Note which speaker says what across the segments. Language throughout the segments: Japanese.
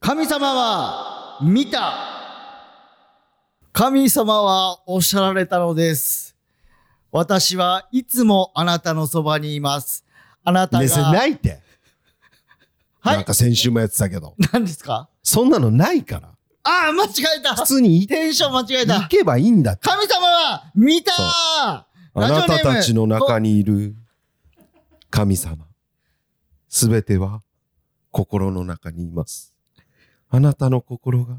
Speaker 1: 神様は見た神様はおっしゃられたのです。私はいつもあなたのそばにいます。あなたが、
Speaker 2: ね、それないって。
Speaker 1: はい
Speaker 2: なんか先週もやってたけど。
Speaker 1: 何ですか
Speaker 2: そんなのないから。
Speaker 1: ああ、間違えた
Speaker 2: 普通に行
Speaker 1: テンション間違え
Speaker 2: 行
Speaker 1: た
Speaker 2: けばいいんだって。
Speaker 1: 神様は見た
Speaker 2: そうあ
Speaker 1: ラジオネ
Speaker 2: な
Speaker 1: ーム
Speaker 2: たたちの中にいる神様。すべては心の中にいます。あなたの心が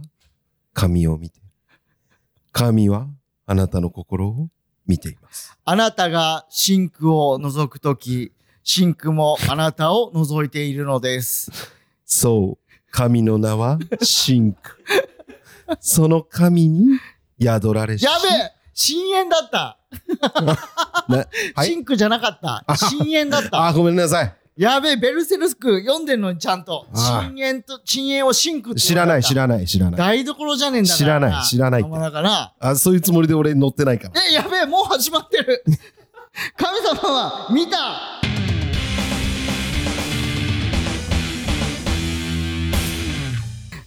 Speaker 2: 神を見て。神はあなたの心を見ています。
Speaker 1: あなたが真空を覗くとき、真空もあなたを覗いているのです。
Speaker 2: そう、神の名は神 父。その神に宿られし
Speaker 1: やべえ深淵だった、
Speaker 2: なはい
Speaker 1: 真空じゃなかった。深淵だった。
Speaker 2: あ、ごめんなさい。
Speaker 1: やべえ、ベルセルスク読んでんのにちゃんと。
Speaker 2: ああ
Speaker 1: 深淵と、深淵を深空って
Speaker 2: 知らない、知
Speaker 1: ない。
Speaker 2: らない、知らない。
Speaker 1: 台所じゃねえんだから
Speaker 2: 知らない知らないって
Speaker 1: まだから。
Speaker 2: あ、そういうつもりで俺乗ってないから。
Speaker 1: え、やべえ、もう始まって る。神様は見た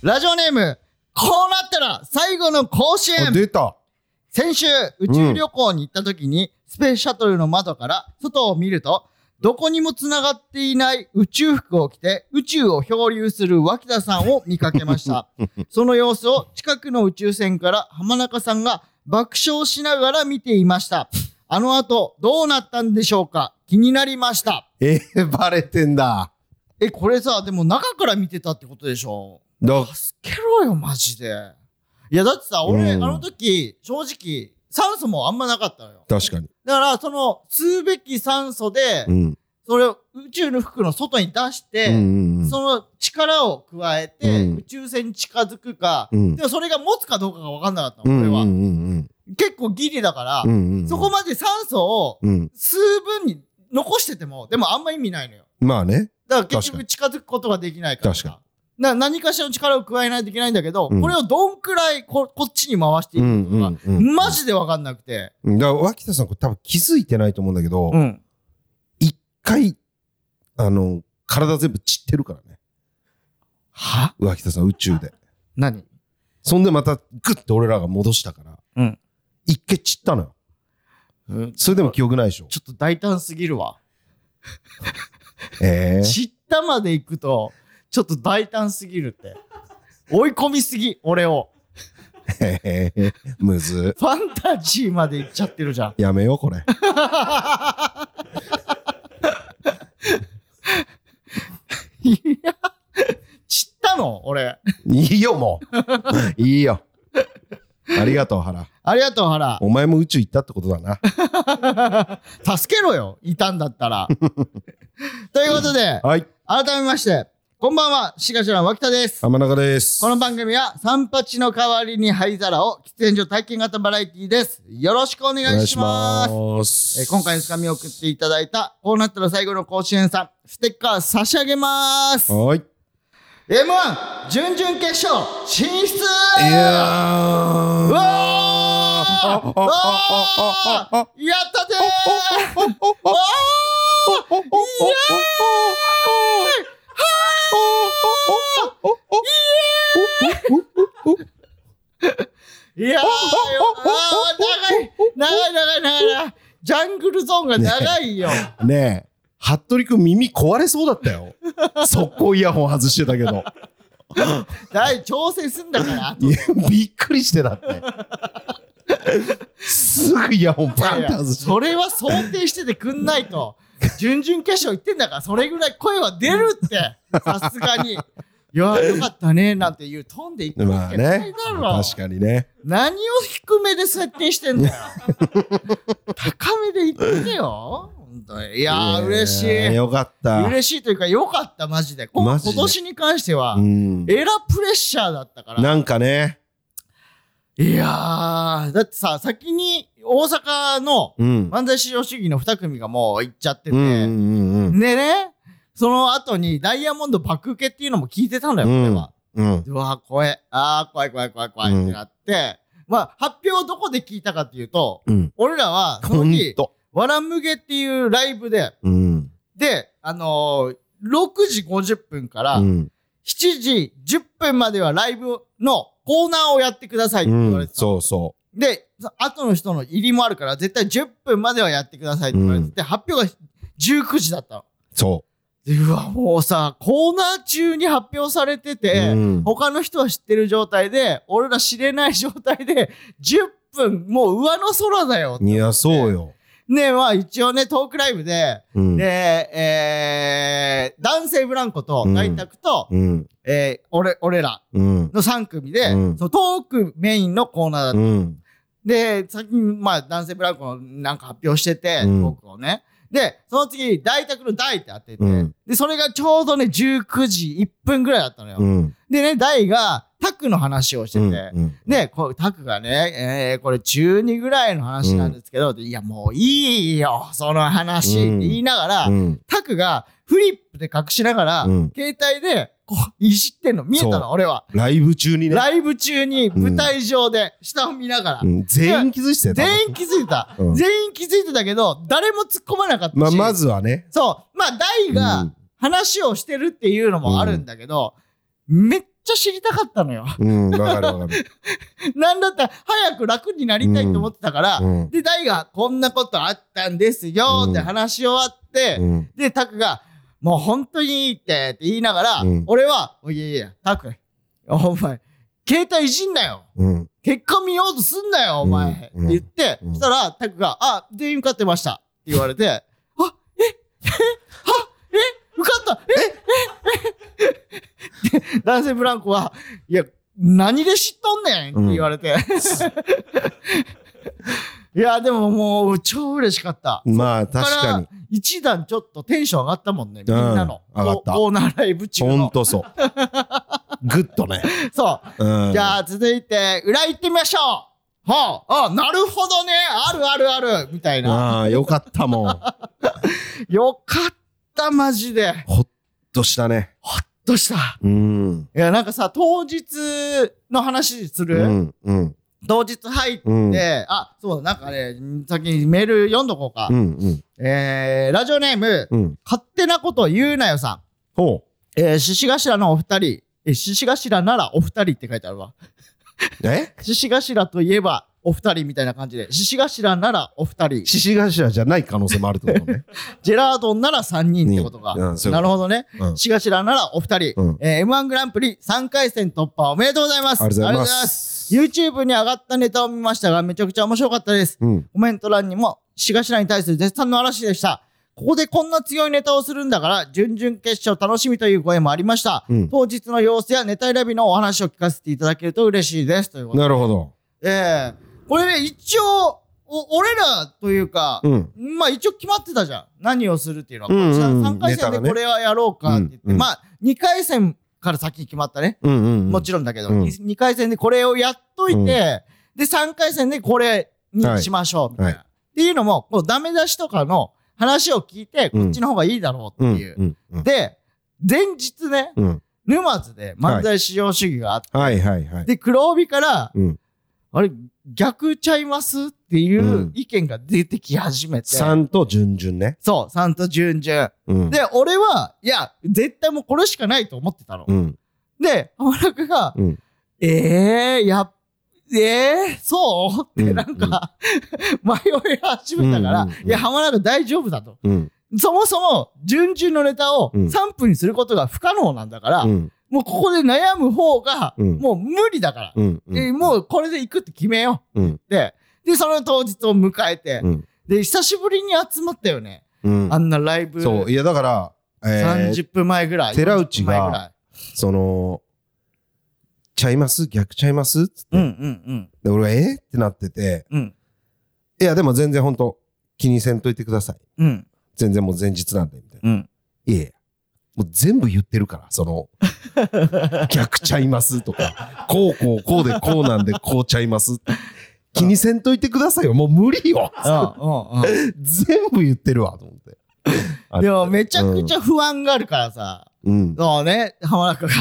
Speaker 1: ラジオネーム、こうなったら最後の甲子
Speaker 2: あ
Speaker 1: 園
Speaker 2: 出た。
Speaker 1: 先週、宇宙旅行に行った時に、スペースシャトルの窓から外を見ると、どこにも繋がっていない宇宙服を着て、宇宙を漂流する脇田さんを見かけま した。その様子を近くの宇宙船から浜中さんが爆笑しながら見ていました。あの後、どうなったんでしょうか気になりました。
Speaker 2: えー、バレてんだ。
Speaker 1: え、これさ、でも中から見てたってことでしょ
Speaker 2: だ
Speaker 1: 助けろよ、マジで。いや、だってさ、俺、
Speaker 2: うん
Speaker 1: あの時、正直、酸素もあんまなかったのよ。
Speaker 2: 確かに。
Speaker 1: だから、その、吸うべき酸素で
Speaker 2: う、ん。
Speaker 1: それを宇宙の服の外に出し
Speaker 2: うん
Speaker 1: て、
Speaker 2: うんうん
Speaker 1: その力を加えて、
Speaker 2: うん
Speaker 1: 宇宙船に近づくか、
Speaker 2: うん
Speaker 1: でもそれが持つかどうかが分かんなかった
Speaker 2: う
Speaker 1: の、
Speaker 2: んう
Speaker 1: 俺
Speaker 2: んう
Speaker 1: は。
Speaker 2: ん
Speaker 1: 結構ギリだか
Speaker 2: うんう
Speaker 1: ら、
Speaker 2: んうん
Speaker 1: そこまで酸素を
Speaker 2: うん
Speaker 1: 吸う分に残してても、でもあんま意味ないのよ。
Speaker 2: まあね。
Speaker 1: だから結
Speaker 2: 確か
Speaker 1: 局近づくことができないからさ。
Speaker 2: 確か
Speaker 1: な何かしらの力を加えないといけないんだけど、
Speaker 2: うん
Speaker 1: これをどんくらいここっちに回していくのか、
Speaker 2: う
Speaker 1: マジで分かんなくて。
Speaker 2: だから脇田さん、これ多分気づいてないと思うんだけど、
Speaker 1: うん。
Speaker 2: 一回、あの、体全部散ってるからね。
Speaker 1: は
Speaker 2: 脇田さん、宇宙で。
Speaker 1: 何
Speaker 2: そんでまた、グッて俺らが戻したから、
Speaker 1: うん
Speaker 2: 一回散ったのよ。
Speaker 1: うん
Speaker 2: それでも記憶ないでしょ。
Speaker 1: ちょっと大胆すぎるわ。
Speaker 2: えー、
Speaker 1: 知ったまで行くと、ちょっと大胆すぎる って。追い込みすぎ、俺を。
Speaker 2: えー、 むず。
Speaker 1: ファンタジーまで行っちゃってるじゃ ん。
Speaker 2: やめよう、これ。
Speaker 1: いや、知ったの俺。
Speaker 2: いいよ、もう。いいよ。ありがとう、原。
Speaker 1: ありがとう、原。
Speaker 2: お前も宇宙行ったってことだな。
Speaker 1: 助けろよ、いたんだった ら。ということで、
Speaker 2: はい。
Speaker 1: 改めまして、こんばんは、しがしらの脇田です。
Speaker 2: 浜中です。
Speaker 1: この番組は、三八の代わりに灰皿を喫煙所体験型バラエティです。よろしくお
Speaker 2: お
Speaker 1: 願いします。
Speaker 2: す
Speaker 1: えー今回のつかみを送っていただいた、こうなったら最後の甲子園さん、ステッカー差し上げます。M1
Speaker 2: はい。
Speaker 1: 準々決勝進出
Speaker 2: いやー
Speaker 1: うわーうわ
Speaker 2: あ
Speaker 1: ーやったぜーわーいやーいやーあー長い長い長い長い長いジャングルゾーンが長いよ。
Speaker 2: ねえ、服部君耳壊れそうだったよ。速攻イヤホン外してたけど。
Speaker 1: 大調整すんだから。
Speaker 2: いやびっくりしてたって。すぐイヤホンパンって外して。
Speaker 1: それは想定しててくんないと。準々決勝行ってんだから、それぐらい声は出る って。さすがに。いや、よかったね、なんていうトーンで行くわ
Speaker 2: まあ
Speaker 1: けない
Speaker 2: ね
Speaker 1: だろ。。
Speaker 2: 確かにね。
Speaker 1: 何を低めで設定してんだよ。高めで言ってよ。本当にいやー、嬉し
Speaker 2: や
Speaker 1: い。
Speaker 2: よかった。
Speaker 1: 嬉しいというか、よかった、マジで。こ
Speaker 2: マ
Speaker 1: 今
Speaker 2: ジで
Speaker 1: 年に関しては
Speaker 2: う、ん。
Speaker 1: エラプレッシャーだったから。
Speaker 2: なんかね。
Speaker 1: いやー、だってさ、先に大阪の
Speaker 2: うん。
Speaker 1: 漫才至上主義の二組がもう行っちゃってて、
Speaker 2: うんうんうんうん。
Speaker 1: でね、その後にダイヤモンド爆受けっていうのも聞いてたんだよ、
Speaker 2: うん
Speaker 1: 俺は。
Speaker 2: うん。
Speaker 1: うわー、怖え。あー、怖い怖い怖い怖いってなって、まあ、発表をどこで聞いたかっていうと、
Speaker 2: うん。
Speaker 1: 俺らは、その
Speaker 2: ほん
Speaker 1: 日、
Speaker 2: と。
Speaker 1: わらむげっていうライブで、
Speaker 2: うん。
Speaker 1: で、あのー、6時50分から
Speaker 2: うん。
Speaker 1: 7時10分まではライブのコーナーをやってくださいって言わ
Speaker 2: う
Speaker 1: れ
Speaker 2: ん、
Speaker 1: てたの。
Speaker 2: そうそ
Speaker 1: で、そ後の人の入りもあるから、絶対10分まではやってくださいって言われてて、発表が19時だったの。
Speaker 2: う、そ
Speaker 1: でうわ、もうさ、コーナー中に発表されて
Speaker 2: う。
Speaker 1: て、
Speaker 2: うん
Speaker 1: 他の人は知ってる状態で、俺ら知れない状態で、10分、もう上の空だよ。
Speaker 2: いや、そうよ。
Speaker 1: ねまあ一応ね、トークライブで、
Speaker 2: うん。
Speaker 1: で、えー、男性ブランコと
Speaker 2: うん
Speaker 1: 大拓と、
Speaker 2: うん。
Speaker 1: えー俺、俺ら
Speaker 2: うん。
Speaker 1: の3組で、
Speaker 2: うん
Speaker 1: そのトークメインのコーナーだった。
Speaker 2: うん。
Speaker 1: で、先に、まあ、男性ブランコのなんか発表してて、
Speaker 2: うん
Speaker 1: 僕をね。で、その次、大宅の大って当てて、
Speaker 2: うん
Speaker 1: で、それがちょうどね、19時1分ぐらいだったのよ。
Speaker 2: うん。
Speaker 1: でね、大が、タクの話をしてて、
Speaker 2: うん。
Speaker 1: で、こう、タクがね、えー、これ中2ぐらいの話なんですけど、いや、もういいよ、その話、
Speaker 2: うん
Speaker 1: って言いながら、
Speaker 2: うん。
Speaker 1: タクがフリップで隠しながら、
Speaker 2: うん
Speaker 1: 携帯で、こう、いじってんの見えた
Speaker 2: そ
Speaker 1: の、俺は。
Speaker 2: ライブ中にね。
Speaker 1: ライブ中に舞台上で下を見ながら、
Speaker 2: うん全員気づいてたよ。
Speaker 1: 全員気づいた、
Speaker 2: うん
Speaker 1: 全員気づいてたけど誰も突っ込まなかったし、
Speaker 2: まあ、まずはね。
Speaker 1: そうまあ大
Speaker 2: う
Speaker 1: が
Speaker 2: ん
Speaker 1: 話をしてるっていうのもあるんだけど、めっちゃ知りたかったのよ
Speaker 2: うん、わかるわかる。
Speaker 1: なんだったら早く楽になりたいと思ってたから、
Speaker 2: うん
Speaker 1: で大がこんなことあったんですよって話し終わって、
Speaker 2: うん。
Speaker 1: でタクがもう本当にいいってって言いながら、
Speaker 2: うん
Speaker 1: 俺はおいやいやタクお前携帯いじんなよ
Speaker 2: うん。
Speaker 1: 結果見ようとすんなよ、お前、
Speaker 2: うん
Speaker 1: って言って、
Speaker 2: うん
Speaker 1: そしたら、タクが、あ、全員受かってました。って言われて、あ、え、 え、は、え、受かった、え、え、え、で 男性ブランコは、いや、何で知っとんねんって言われ て。いや、でももう、超嬉しかった。
Speaker 2: まあ、確かに。。
Speaker 1: 一段ちょっとテンション上がったもんね、みんなの。
Speaker 2: うん上がった
Speaker 1: コーナーライブ中
Speaker 2: ほん
Speaker 1: の。
Speaker 2: とそう。グッとね。
Speaker 1: そう。
Speaker 2: うん。
Speaker 1: じゃあ続いて裏行ってみましょうはあ、あなるほどねあるあるあるみたいな。
Speaker 2: ああ、よかったもん。
Speaker 1: よかった、マジで。
Speaker 2: ほっとしたね。
Speaker 1: どうした
Speaker 2: うん。
Speaker 1: いや、なんかさ、当日の話す
Speaker 2: う
Speaker 1: る、
Speaker 2: ん。うん。
Speaker 1: 当日入って、
Speaker 2: うん。
Speaker 1: あ、そうだ、なんかね、先にメール読んどこうか。
Speaker 2: うん。うん。
Speaker 1: えー、ラジオネーム、
Speaker 2: うん。
Speaker 1: 勝手なこと言うなよさ
Speaker 2: ほ
Speaker 1: ん。
Speaker 2: う。
Speaker 1: えー、獅子頭のお二人、え、獅子頭ならお二人って書いてあるわ。
Speaker 2: え
Speaker 1: 獅子頭といえばお二人みたいな感じで、獅子頭ならお二人。
Speaker 2: 獅子頭じゃない可能性もあるってこと ね。
Speaker 1: ジェラードンなら3人ってことか。
Speaker 2: うんうんそういう
Speaker 1: な
Speaker 2: こと
Speaker 1: るほどね。
Speaker 2: うん。あり
Speaker 1: しがしらならお二人、
Speaker 2: うん
Speaker 1: えー M1 グランプリ3回戦突破おめでとうございます。
Speaker 2: がとうございま
Speaker 1: ありがとうございます
Speaker 2: す。
Speaker 1: YouTube に上がったネタを見ましたが、めちゃくちゃ面白かったです。
Speaker 2: うん。
Speaker 1: コメント欄にも、しがしらに対する絶賛の嵐でした。ここでこんな強いネタをするんだから、準々決勝楽しみという声もありました。
Speaker 2: うん
Speaker 1: 当日の様子やネタ選びのお話を聞かせていただけると嬉しいです。ということで。
Speaker 2: なるほど。
Speaker 1: えーこれね、一応、お俺らというか、
Speaker 2: うん。
Speaker 1: まあ一応決まってたじゃん。何をするっていうのは。
Speaker 2: うんうんうん
Speaker 1: 3回
Speaker 2: ネタ
Speaker 1: 戦
Speaker 2: が
Speaker 1: で
Speaker 2: ね
Speaker 1: これはやろうかって言って、
Speaker 2: うんうん
Speaker 1: まあ2回戦から先に決まったね。
Speaker 2: うんうんうん。
Speaker 1: もちろんだけど、
Speaker 2: うん
Speaker 1: に2回戦でこれをやっといて、
Speaker 2: うん
Speaker 1: で3回戦でこれにしましょうみたいな。
Speaker 2: はいは
Speaker 1: っていうのも、こうダメ出しとかの話を聞いて、
Speaker 2: うん
Speaker 1: こっちの方がいいだろうっていう。
Speaker 2: うんうんうん
Speaker 1: で、前日ね、
Speaker 2: うん。
Speaker 1: 沼津で漫才至上主義があって、
Speaker 2: はいはいはい。
Speaker 1: で、黒帯から、
Speaker 2: うん
Speaker 1: あれ、逆ちゃいますっていううん意見が出てき始めて。
Speaker 2: 3と順々ね。
Speaker 1: そう、サンと順々。
Speaker 2: うん。
Speaker 1: で、俺は、いや、絶対もうこれしかないと思ってたの。
Speaker 2: うん。
Speaker 1: で、浜中が、
Speaker 2: うん
Speaker 1: えー、やっ、えー、そう って
Speaker 2: うん
Speaker 1: なんか、迷い始めたから、
Speaker 2: うんうんうん
Speaker 1: いや、浜中大丈夫だと。
Speaker 2: うん。
Speaker 1: そもそも、順々のネタを
Speaker 2: うん
Speaker 1: 3分にすることが不可能なんだから、
Speaker 2: うん。
Speaker 1: もうここで悩む方が、
Speaker 2: うん
Speaker 1: もう無理だから、
Speaker 2: うん。
Speaker 1: えーもうこれで行くって決めよ
Speaker 2: うん。
Speaker 1: うって。で、その当日を迎えて、
Speaker 2: うん。
Speaker 1: で、久しぶりに集まったよね。
Speaker 2: うん
Speaker 1: あ。んなライブ。
Speaker 2: そう。いや、だから、えー
Speaker 1: 30分前ぐらい。
Speaker 2: 寺内が
Speaker 1: 40分前ぐらい
Speaker 2: その、ちゃいます逆ちゃいますつって
Speaker 1: うんうん
Speaker 2: で、俺が、えーってなってて、
Speaker 1: うん。うん。
Speaker 2: いや、でも全然ほんと、気にせんといてください。
Speaker 1: うん。
Speaker 2: 全然もう前日なんで、みたいな。
Speaker 1: うん。
Speaker 2: いやいや、もう全部言ってるから、そ の、逆ちゃいますとか、こうこうこうでこうなんでこうちゃいます。気にせんといてくださいよ。もう無理よ。
Speaker 1: うんうんう
Speaker 2: 全部言ってるわ、と思って。
Speaker 1: ん。でもめちゃくち
Speaker 2: ゃ、
Speaker 1: ゃ不安があるからさ。
Speaker 2: うん。
Speaker 1: そうね、浜中が。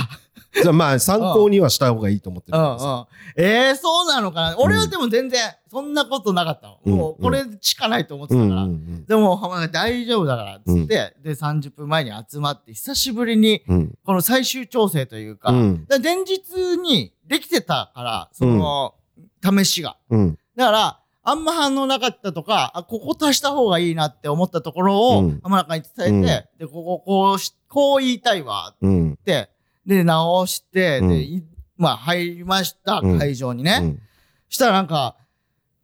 Speaker 2: じゃあまあ参考にはした方がいいと思って
Speaker 1: う
Speaker 2: る
Speaker 1: ん
Speaker 2: ん
Speaker 1: う
Speaker 2: です。
Speaker 1: ん。えー、そうなのかな。俺はでも全然、そんなことなかったの。
Speaker 2: うん
Speaker 1: もう、これしかないと思って
Speaker 2: う
Speaker 1: た
Speaker 2: ん
Speaker 1: か
Speaker 2: うん
Speaker 1: ら。
Speaker 2: うん
Speaker 1: でも、浜田が大丈夫だから、つって、で、30分前に集まって、久しぶりに、
Speaker 2: うん
Speaker 1: この最終調整というか、
Speaker 2: うん
Speaker 1: だから前日にできてたから、その、試しが。
Speaker 2: うん
Speaker 1: だから、あんま反応なかったとか、あ、ここ足した方がいいなって思ったところ
Speaker 2: う
Speaker 1: を
Speaker 2: ん、
Speaker 1: 浜中に伝えて、
Speaker 2: うん
Speaker 1: で、ここ、こうし、こう言いたいわ、
Speaker 2: うん
Speaker 1: って、で、直して、
Speaker 2: うん
Speaker 1: で、いまあ、入りました、
Speaker 2: うん
Speaker 1: 会場にね。
Speaker 2: うん
Speaker 1: したらなんか、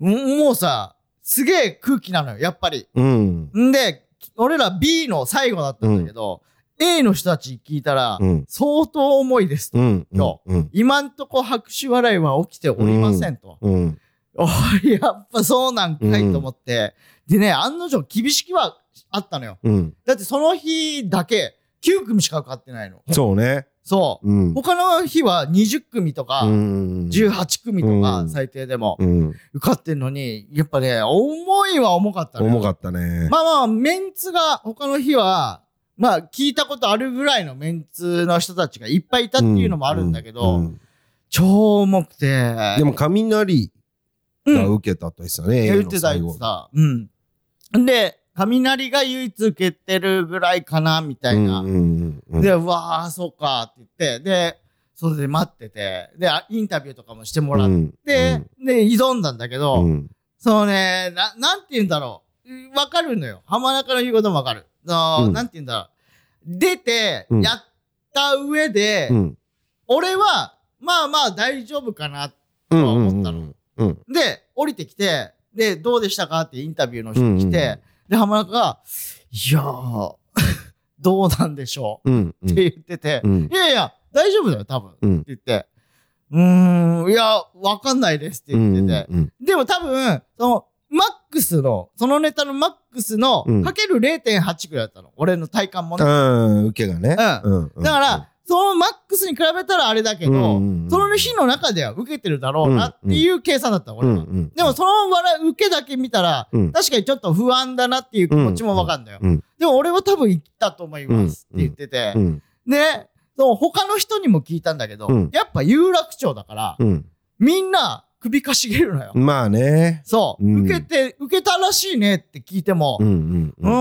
Speaker 1: んもうさ、すげえ空気なのよ、やっぱり。
Speaker 2: うん
Speaker 1: んで、俺ら B の最後だったんだけど、A の人たち聞いたら、
Speaker 2: うん
Speaker 1: 相当重いですと。
Speaker 2: うん
Speaker 1: 今
Speaker 2: うん
Speaker 1: 今んとこ拍手笑いは起きておりませんと。
Speaker 2: うん
Speaker 1: おい やっぱそうなんかいと思って。でね、案の定厳しきはあったのよ。
Speaker 2: うん
Speaker 1: だってその日だけ9組しか受かってないの。
Speaker 2: そうね。
Speaker 1: そう。
Speaker 2: うん
Speaker 1: 他の日は20組とか、
Speaker 2: うん
Speaker 1: 18組と
Speaker 2: う
Speaker 1: か
Speaker 2: ん
Speaker 1: 最低でも
Speaker 2: うん
Speaker 1: 受かってんのに、やっぱね、重いは重かったね。
Speaker 2: 重かったね。
Speaker 1: まあまあ、メンツが他の日は、まあ聞いたことあるぐらいのメンツの人たちがいっぱいいたっていうのもあるんだけど、
Speaker 2: うんうん
Speaker 1: 超重くて。
Speaker 2: でも雷
Speaker 1: う
Speaker 2: が
Speaker 1: ん、
Speaker 2: 受けたとですよね。
Speaker 1: 言ってた
Speaker 2: A
Speaker 1: 言
Speaker 2: の
Speaker 1: って
Speaker 2: 最後
Speaker 1: た。うん。で、雷が唯一受けてるぐらいかな、みたいな。
Speaker 2: うんうんうんうん
Speaker 1: で、うわあ、そうか、って言って、で、それで待ってて、で、あインタビューとかもしてもらって、で、で、挑んだんだけど、
Speaker 2: うんうん
Speaker 1: そのね、な、なんて言うんだろううん。わかるのよ。浜中の言うこともわかる。その
Speaker 2: うん
Speaker 1: なんて言うんだろう。出て
Speaker 2: う、ん
Speaker 1: やった上で、
Speaker 2: うん
Speaker 1: 俺は、まあまあ大丈夫かな。
Speaker 2: うん
Speaker 1: は思った
Speaker 2: うんうん
Speaker 1: で、降りてきて、で、どうでしたかってインタビューの人
Speaker 2: うん
Speaker 1: 来て、で、浜中が、いやー、 どうなんでしょ
Speaker 2: うんう
Speaker 1: うっ
Speaker 2: ん
Speaker 1: て言ってて、
Speaker 2: うん
Speaker 1: いやいや、大丈夫だよ、多分。
Speaker 2: うん
Speaker 1: って言って、うーん、いや、わかんないですって
Speaker 2: う
Speaker 1: 言ってて、
Speaker 2: んうん
Speaker 1: でも多分、その、マックスの、そのネタのマックスの
Speaker 2: うん、
Speaker 1: かける0.8くらいだったの。俺の体感もね。
Speaker 2: うん受けがね。
Speaker 1: う
Speaker 2: うんうん
Speaker 1: だから、そのマックスに比べたらあれだけど、
Speaker 2: うんうんうん
Speaker 1: その日の中では受けてるだろうなっていう計算だったの、
Speaker 2: う
Speaker 1: 俺
Speaker 2: ん
Speaker 1: は。
Speaker 2: うん
Speaker 1: でも、その笑い受けだけ見たら、
Speaker 2: うん
Speaker 1: 確かにちょっと不安だなっていう気持ちもわかんだよ。
Speaker 2: うんうん
Speaker 1: でも俺は多分行ったと思いますって言ってて、
Speaker 2: うん
Speaker 1: で、その他の人にも聞いたんだけど、
Speaker 2: うん
Speaker 1: やっぱ有楽町だから、
Speaker 2: うん
Speaker 1: みんな首かしげるのよ。
Speaker 2: まあね。
Speaker 1: そう、
Speaker 2: うん
Speaker 1: 受けて、受けたらしいねって聞いても、
Speaker 2: う
Speaker 1: うんん、
Speaker 2: うんうん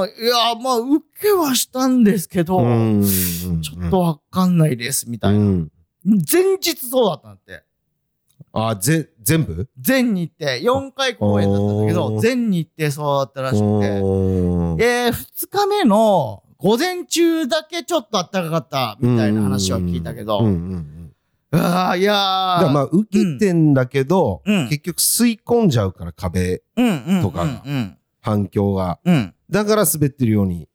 Speaker 1: ーん、いや、まあ、受けはしたんですけど、
Speaker 2: うん
Speaker 1: ちょっとわかんないです、みたいな、
Speaker 2: うん
Speaker 1: 前日そうだったんだって。
Speaker 2: あぜ全部
Speaker 1: 前日程、4回公演だったんだけ
Speaker 2: お
Speaker 1: ど、
Speaker 2: ー
Speaker 1: 前日程そうだったらしくて、
Speaker 2: おー
Speaker 1: えー、2日目の午前中だけちょっと暖かかった、みたいな話は聞いたけど、
Speaker 2: うんうんうん
Speaker 1: ああ、いや
Speaker 2: だから
Speaker 1: ー、
Speaker 2: まあ受けてんだけど、
Speaker 1: うん
Speaker 2: 結局吸い込んじゃうから壁
Speaker 1: うんうん、
Speaker 2: とかが
Speaker 1: うん、
Speaker 2: 反響が
Speaker 1: うん、
Speaker 2: だから滑ってるようにっ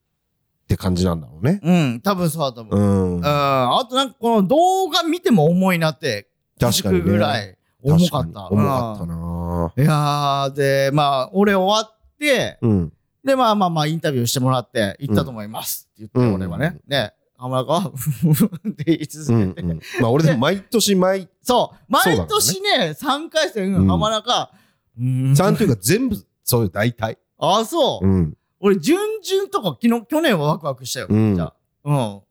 Speaker 2: て感じなんだろうね。
Speaker 1: うん、多分そうだと思う
Speaker 2: う。ん、
Speaker 1: うん、あとなんかこの動画見ても重いなって
Speaker 2: 確かに、ね、
Speaker 1: 気づくぐらい重かった。
Speaker 2: 確に重かったな
Speaker 1: うんいやー、で、まあ、俺終わって、
Speaker 2: うん
Speaker 1: で、まあまあまあ、インタビューしてもらって、行ったと思いますって言って、俺はね。ね、浜中は、ふんふんふんって言い続
Speaker 2: う
Speaker 1: けて。
Speaker 2: んうん、 まあ俺でも毎年毎
Speaker 1: そう、
Speaker 2: そうだろ
Speaker 1: 毎
Speaker 2: うね
Speaker 1: 年ね、3回戦、
Speaker 2: うん
Speaker 1: 浜中、うーん
Speaker 2: ちゃんというか全部そういう大体、
Speaker 1: あ、そう。
Speaker 2: うん、
Speaker 1: 俺、準々とか、昨日、去年はワクワクしたよ。
Speaker 2: うん
Speaker 1: じゃあうん。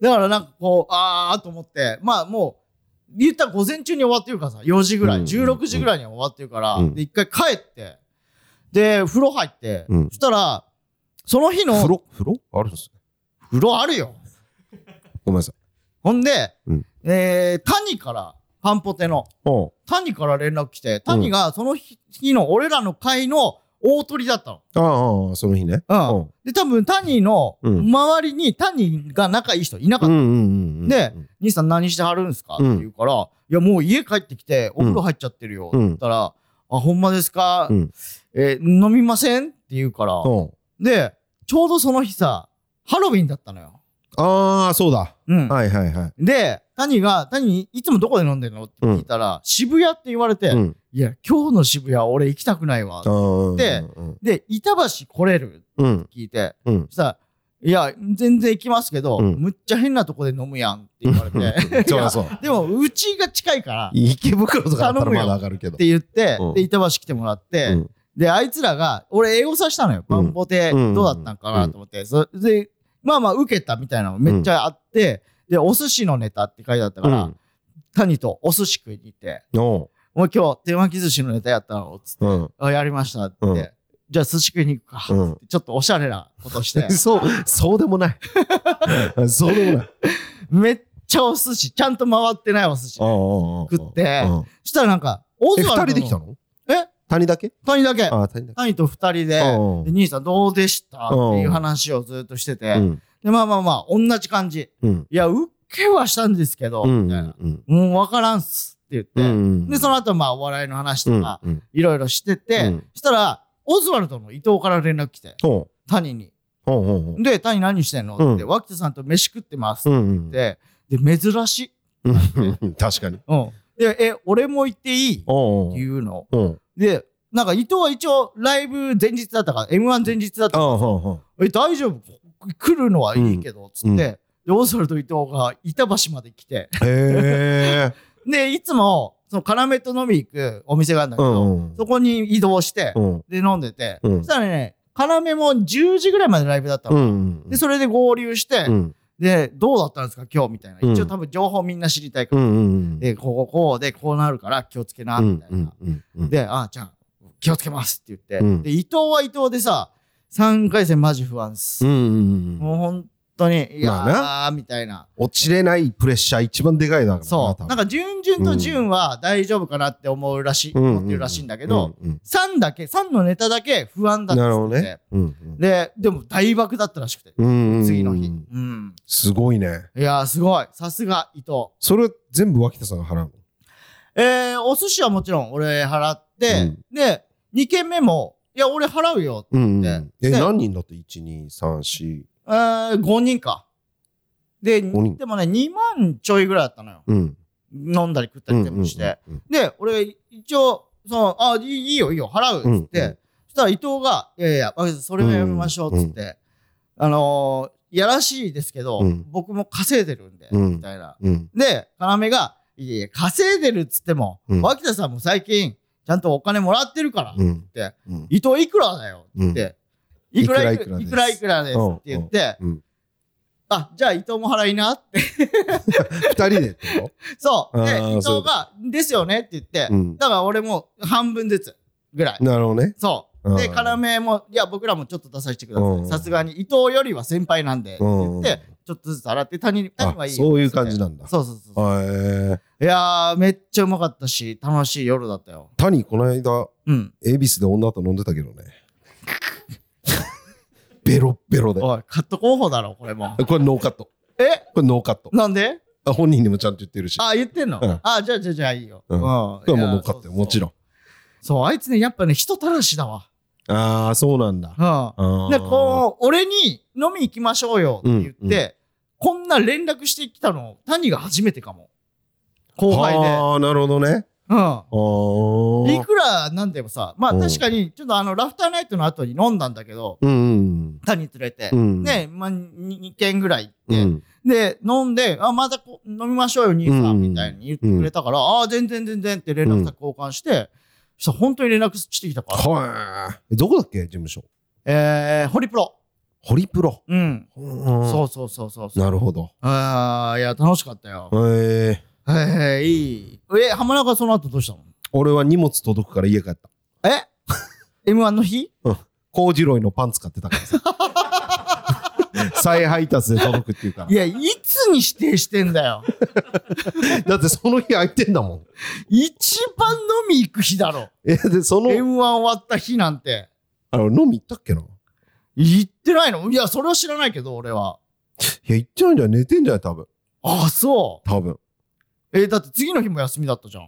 Speaker 1: だからなんかこう、あーと思って、まあもう、言ったら午前中に終わってるからさ、4時ぐらい、
Speaker 2: うん
Speaker 1: 16時ぐらいには終わってるから、
Speaker 2: うん
Speaker 1: で、一回帰って、で、風呂入って、
Speaker 2: うん
Speaker 1: そしたら、その日の、
Speaker 2: 風呂風呂あるんですね
Speaker 1: 風呂あるよ。
Speaker 2: ごめんなさい
Speaker 1: ほんで、
Speaker 2: うん
Speaker 1: えー、谷から、パンポテの、
Speaker 2: おう
Speaker 1: 谷から連絡来て、谷がその日日の俺らの会の大鳥だったの。
Speaker 2: ああああその日ね
Speaker 1: うん。
Speaker 2: おう
Speaker 1: で、多分谷の
Speaker 2: うん
Speaker 1: 周りに谷が仲いい人いなか
Speaker 2: う
Speaker 1: っ
Speaker 2: ん
Speaker 1: た。
Speaker 2: うんうんうん
Speaker 1: で兄さん何してはるんすか?」って
Speaker 2: うん
Speaker 1: 言うから「いやもう家帰ってきてお風呂入っちゃってるよ」って
Speaker 2: うん
Speaker 1: 言ったら「あほんまですか
Speaker 2: うん
Speaker 1: えー飲みません?」って言うから
Speaker 2: おう
Speaker 1: でちょうどその日さハロウィンだったのよ。
Speaker 2: ああそうだ、
Speaker 1: うん
Speaker 2: はいはいはい
Speaker 1: で谷が「谷いつもどこで飲んでるの?」って聞いたら「渋谷」って言われて
Speaker 2: うん
Speaker 1: 「いや今日の渋谷俺行きたくないわ」
Speaker 2: あ
Speaker 1: で
Speaker 2: うん
Speaker 1: で「板橋来れる?」
Speaker 2: うんうん
Speaker 1: 聞いて
Speaker 2: うん
Speaker 1: そしたら「いや全然行きますけど
Speaker 2: うん
Speaker 1: むっちゃ変なとこで飲むやん」って言われて
Speaker 2: そうだそう
Speaker 1: でもうちが近いから
Speaker 2: 池袋とかだったらまだ上がるけ
Speaker 1: っ
Speaker 2: ど
Speaker 1: て言って、
Speaker 2: うん
Speaker 1: で、板橋来てもらって、
Speaker 2: うん
Speaker 1: で、あいつらが、俺、英語さしたのよ。
Speaker 2: う
Speaker 1: バ
Speaker 2: ん
Speaker 1: ンボで、どうだったんかなと思って、それで、まあまあ、受けたみたいなのめっちゃあって、で、お寿司のネタって書いてあったから、谷とお寿司食いに行って、
Speaker 2: うん。お
Speaker 1: もう今日手巻き寿司のネタやったのつって、
Speaker 2: う。うん。
Speaker 1: あ、やりましたって、
Speaker 2: うん
Speaker 1: じゃあ寿司食いに行くか、
Speaker 2: うん、
Speaker 1: ちょっとおしゃれなことして
Speaker 2: そう、そうでもない。 そうでもない。
Speaker 1: めっちゃお寿司、ちゃんと回ってないお寿司。そ
Speaker 2: 食
Speaker 1: 食ってしたらなんか、オ
Speaker 2: え、
Speaker 1: ズ
Speaker 2: 二
Speaker 1: ワ
Speaker 2: 人
Speaker 1: ルド
Speaker 2: できた
Speaker 1: の
Speaker 2: の
Speaker 1: え
Speaker 2: 谷だけ
Speaker 1: 谷だけ、
Speaker 2: ああ、谷だ
Speaker 1: 谷と二人で、
Speaker 2: うんうん
Speaker 1: で兄さんどうでしたっていう話をずっとしてて、
Speaker 2: け。うん。
Speaker 1: で、まあまあまあ、同じ感じ。
Speaker 2: うん。
Speaker 1: いや、ウケはしたんですけど、
Speaker 2: うん
Speaker 1: み
Speaker 2: う
Speaker 1: たいな。
Speaker 2: ん。
Speaker 1: もう分からんっすって
Speaker 2: う
Speaker 1: 言って、
Speaker 2: ん。
Speaker 1: で、そ
Speaker 2: の
Speaker 1: の後まあ、お笑いの話とか、
Speaker 2: うん。
Speaker 1: いろいろしてて、
Speaker 2: うん
Speaker 1: したら、オズワルドの伊藤から連絡来て、
Speaker 2: おう。
Speaker 1: 谷に。
Speaker 2: おうおうおう。
Speaker 1: で、谷何してんの
Speaker 2: うん
Speaker 1: って、脇田さんと飯食ってます
Speaker 2: う
Speaker 1: っ
Speaker 2: んうん。
Speaker 1: て、で、珍しい。
Speaker 2: うん確かに。
Speaker 1: うん。で、え、俺も行っていいって
Speaker 2: おうおう。
Speaker 1: いうの。
Speaker 2: おう
Speaker 1: で、なんか伊藤は一応ライブ前日だったから、M1 前日だったから、
Speaker 2: おうおうおう
Speaker 1: え、大丈夫来るのはいいけど、つって、
Speaker 2: うん
Speaker 1: で、オズワルド伊藤が板橋まで来て、
Speaker 2: へえ。
Speaker 1: で、いつも、その、辛めと飲み行くお店があるんだけ
Speaker 2: うん
Speaker 1: ど、
Speaker 2: う ん
Speaker 1: そこに移動して、
Speaker 2: うん。
Speaker 1: で、飲んでて、
Speaker 2: うん
Speaker 1: そしたらね、辛めも10時ぐらいまでライブだった
Speaker 2: う
Speaker 1: の。
Speaker 2: んうん。
Speaker 1: で、それで合流して、
Speaker 2: うん
Speaker 1: で、どうだったんですか、今日みたいな。
Speaker 2: うん
Speaker 1: 一応多分情報みんな知りたいか
Speaker 2: う
Speaker 1: ら、
Speaker 2: んうん。
Speaker 1: で、こうこうこうで、こうなるから気をつけな、
Speaker 2: うん
Speaker 1: みたいな。
Speaker 2: うんうん
Speaker 1: で、あ、じゃあ、気をつけますって言って、
Speaker 2: うん
Speaker 1: で、伊藤は伊藤でさ、3回戦マジ不安っす。
Speaker 2: うんうんうん。
Speaker 1: もう本当に、いやー、
Speaker 2: まあ
Speaker 1: みたいな。
Speaker 2: 落ちれないプレッシャー一番でかいだからな
Speaker 1: そう。な
Speaker 2: 多
Speaker 1: ん
Speaker 2: 分
Speaker 1: か、順々と順は大丈夫かなって思うらしい、
Speaker 2: うんうんうん
Speaker 1: 思ってるらしいんだけど、
Speaker 2: うんうん
Speaker 1: 3だけ、3のネタだけ不安だった
Speaker 2: なる
Speaker 1: っ
Speaker 2: ほ
Speaker 1: つっ
Speaker 2: ど
Speaker 1: て
Speaker 2: ね。うんうん
Speaker 1: で、でも大爆だったらしくて、
Speaker 2: うんうん
Speaker 1: 次の日。うん。
Speaker 2: すごいね。
Speaker 1: いやー、すごい。さすが、伊藤。
Speaker 2: それ全部脇田さんが払うの
Speaker 1: えー、お寿司はもちろん俺払って、で、2軒目も、いや、俺払うよ。
Speaker 2: うんうん
Speaker 1: ね
Speaker 2: え、
Speaker 1: ね
Speaker 2: 何人だって ?1,2,3,4.
Speaker 1: えー、5人か。で、で
Speaker 2: 五人
Speaker 1: もね、2万ちょいぐらいだったのよ。
Speaker 2: うん。
Speaker 1: 飲んだり食った
Speaker 2: うん
Speaker 1: り
Speaker 2: う
Speaker 1: 全
Speaker 2: んう
Speaker 1: 部
Speaker 2: ん
Speaker 1: して。で、俺、一応、その、あ、いいいいよ、いいよ、払うっつって、
Speaker 2: うんうん
Speaker 1: そしたら伊藤が、いやいや、和樹さんそれはやめましょうっつって、あのー、やらしいですけど、
Speaker 2: うん
Speaker 1: 僕も稼いでるんで、
Speaker 2: うん
Speaker 1: みたいな。
Speaker 2: うん。
Speaker 1: で、要が、いやいや、稼いでるっつっても、
Speaker 2: うん
Speaker 1: 脇田さんも最近、ちゃんとお金もらってるから、
Speaker 2: うん。
Speaker 1: て
Speaker 2: うん。
Speaker 1: 伊藤いくらだよって言って、
Speaker 2: ん
Speaker 1: いくらいくら
Speaker 2: い
Speaker 1: い
Speaker 2: く
Speaker 1: く
Speaker 2: ら
Speaker 1: ら
Speaker 2: い
Speaker 1: い
Speaker 2: く
Speaker 1: くらですって言って、
Speaker 2: うんうん
Speaker 1: あ、じゃあ伊藤も払いなって。
Speaker 2: 二人でってこ
Speaker 1: そう。
Speaker 2: あ
Speaker 1: で、
Speaker 2: ー
Speaker 1: 伊藤が、ですよねって言って、
Speaker 2: と うん。
Speaker 1: だから俺も半分ずつぐらい。
Speaker 2: なるほどね。
Speaker 1: そう。で、
Speaker 2: あー
Speaker 1: 要も、いや、僕らもちょっと出させてくだ
Speaker 2: う
Speaker 1: さ
Speaker 2: ん
Speaker 1: い。さすがに伊藤よりは先輩なんで、って
Speaker 2: うん
Speaker 1: 言って、ちょっとずつ洗って、谷に、谷は
Speaker 2: あ、
Speaker 1: いいよ
Speaker 2: そういう感じなんだ。
Speaker 1: そうそうそうそう。
Speaker 2: へえ。
Speaker 1: いやー、めっちゃうまかったし、楽しい夜だったよ。
Speaker 2: 谷、この間、
Speaker 1: うん。
Speaker 2: 恵比寿で女と飲んでたけどね。 ベロッベロで。
Speaker 1: おい、カット候補だろ、これも。
Speaker 2: これノーカット。
Speaker 1: え
Speaker 2: これノーカット。
Speaker 1: なんで
Speaker 2: あ本人にもちゃんと言ってるし。
Speaker 1: あ、言ってんの、
Speaker 2: うん
Speaker 1: あ、じゃあじゃあじゃあいいよ。
Speaker 2: うん
Speaker 1: も
Speaker 2: これはもうノーカットよ、もち
Speaker 1: んいや。
Speaker 2: ろん。
Speaker 1: そうそうそう、あいつね、やっぱね、人たらしだわ。
Speaker 2: ああ、そうなんだ。
Speaker 1: う
Speaker 2: あ
Speaker 1: ん。で、こう、俺に飲み行きましょうよって言って、
Speaker 2: うんう
Speaker 1: こんな連絡してきたの、谷が初めてかも。
Speaker 2: う
Speaker 1: 後輩で。
Speaker 2: ああ、なるほどね。
Speaker 1: うん。
Speaker 2: ああ。
Speaker 1: いくらなんでもさ、まあ
Speaker 2: うん
Speaker 1: 確かに、ちょっとあの、ラフターナイトの後に飲んだんだけど、
Speaker 2: うんうん
Speaker 1: 谷連れて
Speaker 2: う、ん。
Speaker 1: ね、まあ、2軒ぐらい
Speaker 2: うん。
Speaker 1: 行って、で、飲んで、あ、またこ飲みましょうよ、兄さ
Speaker 2: うん
Speaker 1: ん、みたいに言ってくれたから、ああ、全然全然って連絡先交換して、そしたら本当に連絡してきたから、
Speaker 2: はい。えどこだっけ事務所。
Speaker 1: えー、ホリプロ。
Speaker 2: ホリプロ。
Speaker 1: うん。
Speaker 2: そ
Speaker 1: そうそうそうそう
Speaker 2: う。
Speaker 1: そう。
Speaker 2: なるほど。
Speaker 1: ああ、いや、楽しかったよ。
Speaker 2: えー、
Speaker 1: えー、いい。え、浜中その後どうしたの
Speaker 2: 俺は荷物届くから家帰った。
Speaker 1: え ?M1 の日
Speaker 2: コ次郎のパンツ買ってたからさ。再配達で届くっていうか
Speaker 1: いや、いつに指定してんだよ。
Speaker 2: ら。だってその日空いてんだもん。
Speaker 1: 一番飲み行く日だろ。
Speaker 2: え、で、そ
Speaker 1: M1
Speaker 2: の、
Speaker 1: 終わった日なんて。
Speaker 2: あの、飲み行ったっけな
Speaker 1: 行ってないのいや、それは知らないけど、俺は。
Speaker 2: いや、行っちゃうんじゃない寝てんじゃない多分。
Speaker 1: ああ、そう。
Speaker 2: 多分。
Speaker 1: えーだって次の日も休みだったじゃん。
Speaker 2: あ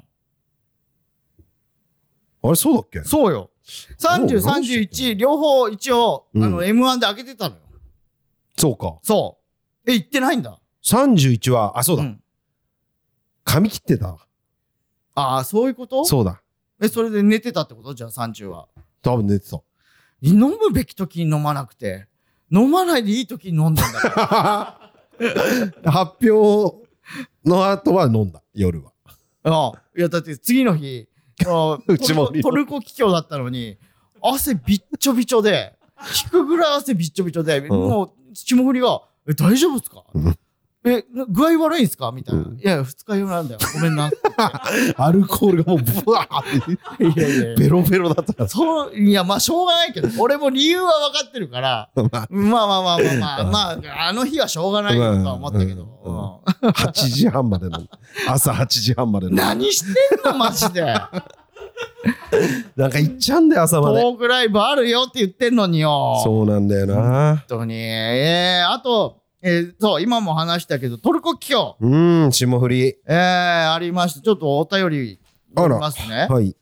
Speaker 2: れ、そうだっけ
Speaker 1: そうよ。30、
Speaker 2: 何して
Speaker 1: 31、両方一応、
Speaker 2: うん
Speaker 1: あの、M1 で開けてたのよ。
Speaker 2: そうか。
Speaker 1: そう。え、行ってないんだ。
Speaker 2: 31は、あ、そうだ。
Speaker 1: ん
Speaker 2: 髪切ってたわ。
Speaker 1: ああ、そういうこと
Speaker 2: そうだ。
Speaker 1: え、それで寝てたってことじゃあ30は。
Speaker 2: 多分寝てた。
Speaker 1: 飲むべき時に飲まなくて、飲まないでいい時に飲んだん だから。
Speaker 2: 発表の後は飲んだ、夜は。
Speaker 1: ああいや、だって次の日、 ああ
Speaker 2: うちも
Speaker 1: トルコトルコ気境だったのに、汗びっちょびちょで、引くぐらい汗びっちょびちょで、もう、霜降りが、え、大丈夫っすか
Speaker 2: うん
Speaker 1: え、具合悪いんすかみたいな。
Speaker 2: うん
Speaker 1: いや、二日酔いなんだよ。ごめんな。
Speaker 2: アルコールがもうブワーっ
Speaker 1: い やいや
Speaker 2: てベロベロだったか
Speaker 1: そう、いや、まあ、しょうがないけ ど、俺も理由は分かってるから、
Speaker 2: ら、
Speaker 1: まあ
Speaker 2: ま
Speaker 1: まあまあまあまあ、まあ、あの日はしょうがないよとは思ったけ
Speaker 2: うんうん
Speaker 1: ど、
Speaker 2: あ、8時半まで の朝8時半まで
Speaker 1: うん
Speaker 2: の
Speaker 1: 何してんの、マ ジで。
Speaker 2: なんか行っちゃうんだよ朝
Speaker 1: ト
Speaker 2: まで
Speaker 1: ークライブあるよって言ってんのによ。本
Speaker 2: そうなんだよな
Speaker 1: 当に。えー、あと、えー、そう、今も話したけど、トルコ企業、
Speaker 2: うん霜降り
Speaker 1: えー、ありました。ちょっとお便り、
Speaker 2: あら
Speaker 1: ますね。
Speaker 2: はい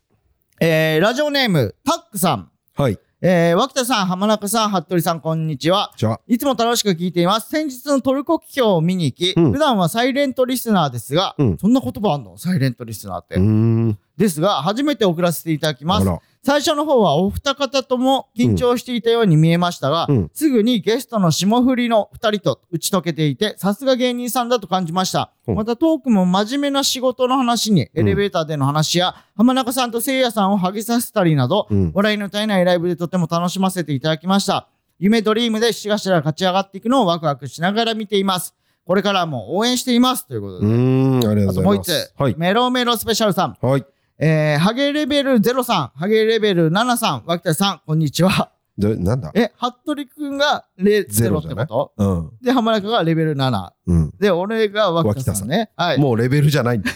Speaker 1: えー、ラジオネーム、タックさん。
Speaker 2: はい
Speaker 1: えー、脇田さん、浜中さん、服部さん、こんにちは。
Speaker 2: じゃあ
Speaker 1: いつも楽しく聞いています。先日のトルコ企業を見に行き、
Speaker 2: うん
Speaker 1: 普段はサイレントリスナーですが、
Speaker 2: うん
Speaker 1: そんな言葉あんのサイレントリスナーって。
Speaker 2: うーん
Speaker 1: ですが、初めて送らせていただきま
Speaker 2: あ
Speaker 1: す。
Speaker 2: ら
Speaker 1: 最初の方はお二方とも緊張していたように見えましたが、
Speaker 2: うんうん
Speaker 1: すぐにゲストの霜降りの二人と打ち解けていて、さすが芸人さんだと感じました。
Speaker 2: うん
Speaker 1: またトークも真面目な仕事の話に、
Speaker 2: うん
Speaker 1: エレベーターでの話や、浜中さんと聖夜さんを励させたりなど、
Speaker 2: うん
Speaker 1: 笑いの絶えないライブでとても楽しませていただきました。夢ドリームで七頭が勝ち上がっていくのをワクワクしながら見ています。これからも応援しています。ということ
Speaker 2: う
Speaker 1: で。
Speaker 2: ーんあり
Speaker 1: あ
Speaker 2: がと
Speaker 1: と
Speaker 2: う
Speaker 1: も
Speaker 2: ご
Speaker 1: う
Speaker 2: ざ
Speaker 1: 一
Speaker 2: いま
Speaker 1: つ、
Speaker 2: すはい
Speaker 1: メロメロスペシャルさん。
Speaker 2: はい
Speaker 1: えー、ハゲレベル0さん、ハゲレベル7さん、脇田さん、こんにちは。
Speaker 2: でなんだ
Speaker 1: え、服部くんがレ
Speaker 2: ゼ
Speaker 1: 0
Speaker 2: ロ
Speaker 1: っ
Speaker 2: じ
Speaker 1: て
Speaker 2: ゃない
Speaker 1: こと
Speaker 2: うん
Speaker 1: で、浜中がレベル7。
Speaker 2: うん
Speaker 1: で、俺が脇田さんね。はい。
Speaker 2: もうレベルじゃないん だ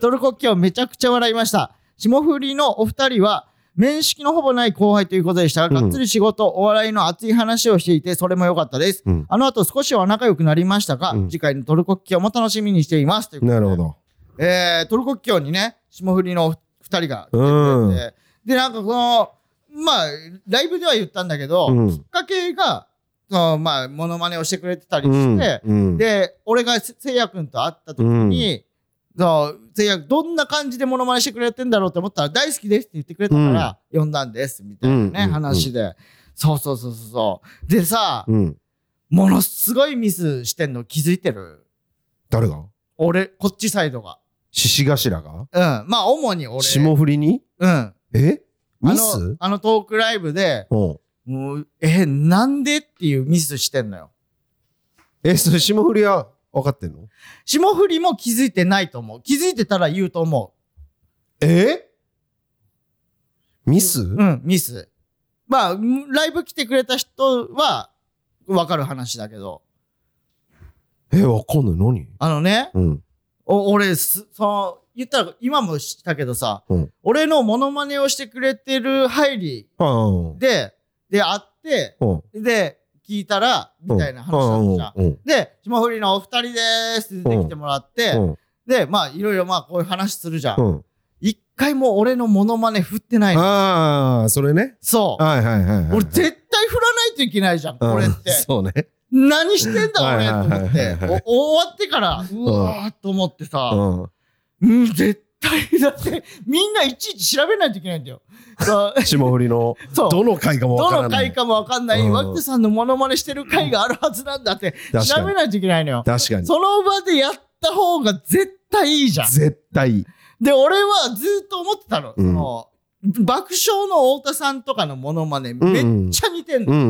Speaker 1: トルコッキョめちゃくちゃ笑いました。霜降りのお二人は、面識のほぼない後輩ということでしたが、
Speaker 2: う
Speaker 1: が
Speaker 2: ん
Speaker 1: っつり仕事、お笑いの熱い話をしていて、それも良かったです。
Speaker 2: うん
Speaker 1: あの後少しは仲良くなりましたが、
Speaker 2: うん
Speaker 1: 次回のトルコッキョも楽しみにしています。ということで
Speaker 2: なるほど
Speaker 1: えー、トルコッキョにね、霜降りのお二人が
Speaker 2: うん
Speaker 1: ででなんかこのまあライブでは言ったんだけど、
Speaker 2: う
Speaker 1: きっ
Speaker 2: ん
Speaker 1: かけがそのまあモノマネをしてくれてたり
Speaker 2: うん
Speaker 1: して、
Speaker 2: うん
Speaker 1: で俺がせせいやくんと会った時に、そうせいやどんな感じでモノマネしてくれてんだろうって思ったら大好きですって言ってくれたから、呼んだんですみたいなね、
Speaker 2: うんうん
Speaker 1: 話で。そうそうそうそうそうでさ、
Speaker 2: うん
Speaker 1: ものすごいミスしてんの気づいてる
Speaker 2: 誰が
Speaker 1: 俺こっちサイドが
Speaker 2: 獅子頭が
Speaker 1: うんまあ主に俺
Speaker 2: 霜降りに
Speaker 1: うんあ
Speaker 2: えミ
Speaker 1: の
Speaker 2: ス
Speaker 1: あのトークライブで
Speaker 2: うん
Speaker 1: もう、え、なんでっていうミスしてんのよ。
Speaker 2: えそれ霜降りは分かってんの
Speaker 1: 霜降りも気づいてないと思う。気づいてたら言うと思
Speaker 2: えミ
Speaker 1: う。
Speaker 2: ス
Speaker 1: うん、ミス。まあ、んライブ来てくれた人は、わかる話だけど。
Speaker 2: え、わかんない。何
Speaker 1: あのね、
Speaker 2: うん。
Speaker 1: お俺す、その、言ったら、今もしたけどさ、
Speaker 2: うん
Speaker 1: 俺のモノマネをしてくれてる入り
Speaker 2: ああ。うん。
Speaker 1: で、で、会って、
Speaker 2: うん
Speaker 1: で、聞いたら、みたいな話だったじゃん。
Speaker 2: うん。
Speaker 1: で、霜降りのお二人でーすって出てきてもらって、
Speaker 2: うん。
Speaker 1: で、まあ、いろいろまあ、こういう話するじゃん
Speaker 2: う。ん。
Speaker 1: 一回も俺のモノマネ振ってないの。
Speaker 2: ああ、それね。
Speaker 1: そう。
Speaker 2: はいはいはいはい。
Speaker 1: 俺絶対振らないといけないじゃん、
Speaker 2: うん
Speaker 1: これって。
Speaker 2: そうね。
Speaker 1: 何してんだ俺
Speaker 2: はいはいはいは
Speaker 1: と思
Speaker 2: い
Speaker 1: って。お終わってから、うわーと思って
Speaker 2: う
Speaker 1: さ、
Speaker 2: ん。
Speaker 1: うん、絶対だって、みんないちいち調べないといけないんだ よ。そう
Speaker 2: 霜降りの、
Speaker 1: そう。
Speaker 2: どの回かもわか
Speaker 1: ど
Speaker 2: ら
Speaker 1: の
Speaker 2: ない。
Speaker 1: 回かもわかんない、
Speaker 2: うん
Speaker 1: 脇田さんのモノマネしてる回があるはずなんだって、
Speaker 2: 確
Speaker 1: 調
Speaker 2: か
Speaker 1: べ
Speaker 2: に。
Speaker 1: ないといけないのよ。
Speaker 2: 確かに。
Speaker 1: その場でやった方が絶対いいじゃん。
Speaker 2: 絶対。
Speaker 1: で、俺はずっと思ってたの。
Speaker 2: うん
Speaker 1: その爆笑の太田さんとかのモノマネ、
Speaker 2: ん
Speaker 1: めっちゃ似てんの。
Speaker 2: うん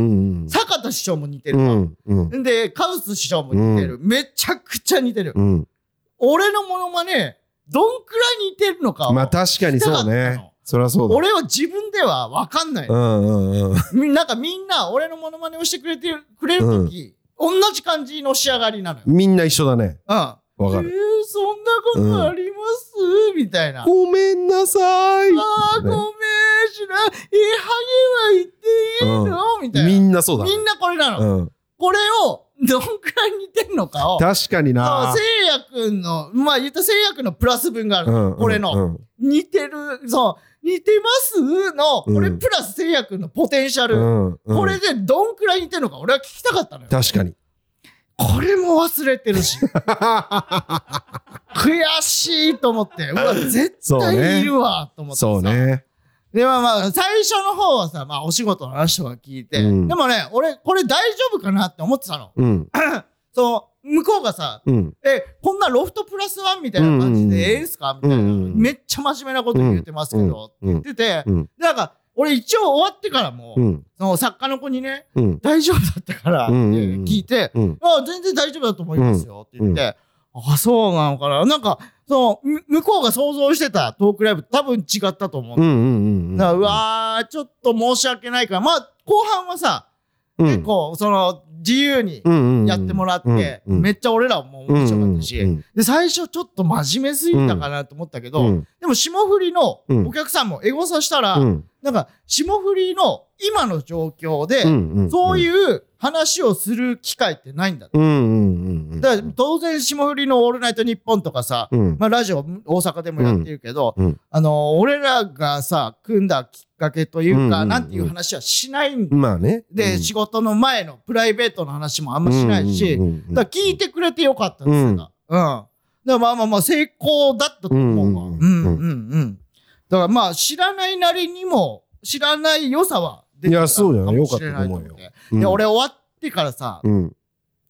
Speaker 2: うん
Speaker 1: 坂田師匠も似て
Speaker 2: う
Speaker 1: る。
Speaker 2: ん。うん。
Speaker 1: ん、で、カウス師匠も似てる。めちゃくちゃ似てる。
Speaker 2: うん。
Speaker 1: 俺のモノマネ、どんくらい似てるのかを
Speaker 2: まあ確かにそう
Speaker 1: したかった
Speaker 2: ね
Speaker 1: の。
Speaker 2: そりゃそうだ。
Speaker 1: 俺は自分では分かんない。
Speaker 2: うんうんうん。
Speaker 1: みなんかみんな俺のモノマネをしてくれてる、くれるとき、同じ感じの仕上がりなのよ。
Speaker 2: みんな一緒だね。
Speaker 1: うん。
Speaker 2: わか
Speaker 1: え
Speaker 2: る。
Speaker 1: ーそんなことあります、みたいな。
Speaker 2: ごめんなさい。
Speaker 1: あーごめんしなえハゲは言っていいの、みたいな
Speaker 2: みんなそうだね。
Speaker 1: みんなこれなの、
Speaker 2: うん。
Speaker 1: これをどんくらい似てんのかを
Speaker 2: 確かに
Speaker 1: そ
Speaker 2: な
Speaker 1: う。せいやくんのまあ言ったらせいやくんのプラス分がある、
Speaker 2: うんうん
Speaker 1: これの
Speaker 2: うん
Speaker 1: 似てるそう似てますのこれ
Speaker 2: うん
Speaker 1: プラスせいやくんのポテンシャル、
Speaker 2: うんうん
Speaker 1: これでどんくらい似てるのか俺は聞きたかったのよ
Speaker 2: 確かに。
Speaker 1: これも忘れてるし悔しいと思ってうわ絶
Speaker 2: そうね
Speaker 1: 対いるわと思ってさ
Speaker 2: そうね。
Speaker 1: で、まあまあ、最初の方はさ、まあお仕事の話とか聞いて、
Speaker 2: うん
Speaker 1: でもね、俺、これ大丈夫かなって思ってたの。
Speaker 2: うん。
Speaker 1: その、向こうがさ、
Speaker 2: うん。
Speaker 1: え、こんなロフトプラスワンみたいな感じ
Speaker 2: うんうんうん
Speaker 1: でええんすかみたいな、
Speaker 2: うんうんうん
Speaker 1: めっちゃ真面目なこと言ってますけど、
Speaker 2: うん
Speaker 1: って言ってて、
Speaker 2: うん
Speaker 1: でなんか、俺一応終わってからも、
Speaker 2: うん、
Speaker 1: その作家の子にね、
Speaker 2: うん、
Speaker 1: 大丈夫だったからって聞いて、
Speaker 2: うん、
Speaker 1: あ全然大丈夫だと思いますよって言って、あそうなのかな。なんか、その、む向こうが想像してたトークライブ多分違ったと思う。
Speaker 2: うん、うん、うん。
Speaker 1: だからうわー、ちょっと申し訳ないから、まあ、後半はさ、
Speaker 2: うん、
Speaker 1: 結構、その、自由に
Speaker 2: 構
Speaker 1: やってもらって、め
Speaker 2: っ
Speaker 1: っちゃ俺らも面白かったし、で、最初ちょっと真面目すぎたかなと思ったけど、でも霜降りの
Speaker 2: うん
Speaker 1: お客さんもエゴサしたら、なんか霜降りの今の状況で、そう
Speaker 2: う
Speaker 1: いう話をする機会ってないんだって。
Speaker 2: ん、うん、うん、うん。
Speaker 1: だから当然霜降りの「オールナイトニッポン」とかさ、
Speaker 2: うん、
Speaker 1: まあ、ラジオ大阪でもやってるけど、
Speaker 2: うんうん
Speaker 1: あの俺らがさ組んだきっかけという
Speaker 2: うんうん
Speaker 1: か、
Speaker 2: うん
Speaker 1: なんていう話はしないん
Speaker 2: まあね。
Speaker 1: で、仕事の前のプライベートの話もあんましないし、だから聞いてくれてよかったですよ、うん。だからまあまあまあ成功だったと思うわ。
Speaker 2: う
Speaker 1: うんん
Speaker 2: う
Speaker 1: うんん
Speaker 2: う
Speaker 1: うんんだからまあ知らないなりにも知らない良さは出て
Speaker 2: い
Speaker 1: た
Speaker 2: やそうだよ
Speaker 1: か
Speaker 2: ね
Speaker 1: もしれない
Speaker 2: よかったと思うよ
Speaker 1: と思って
Speaker 2: うん
Speaker 1: で、、俺終わってからさ
Speaker 2: う、ん、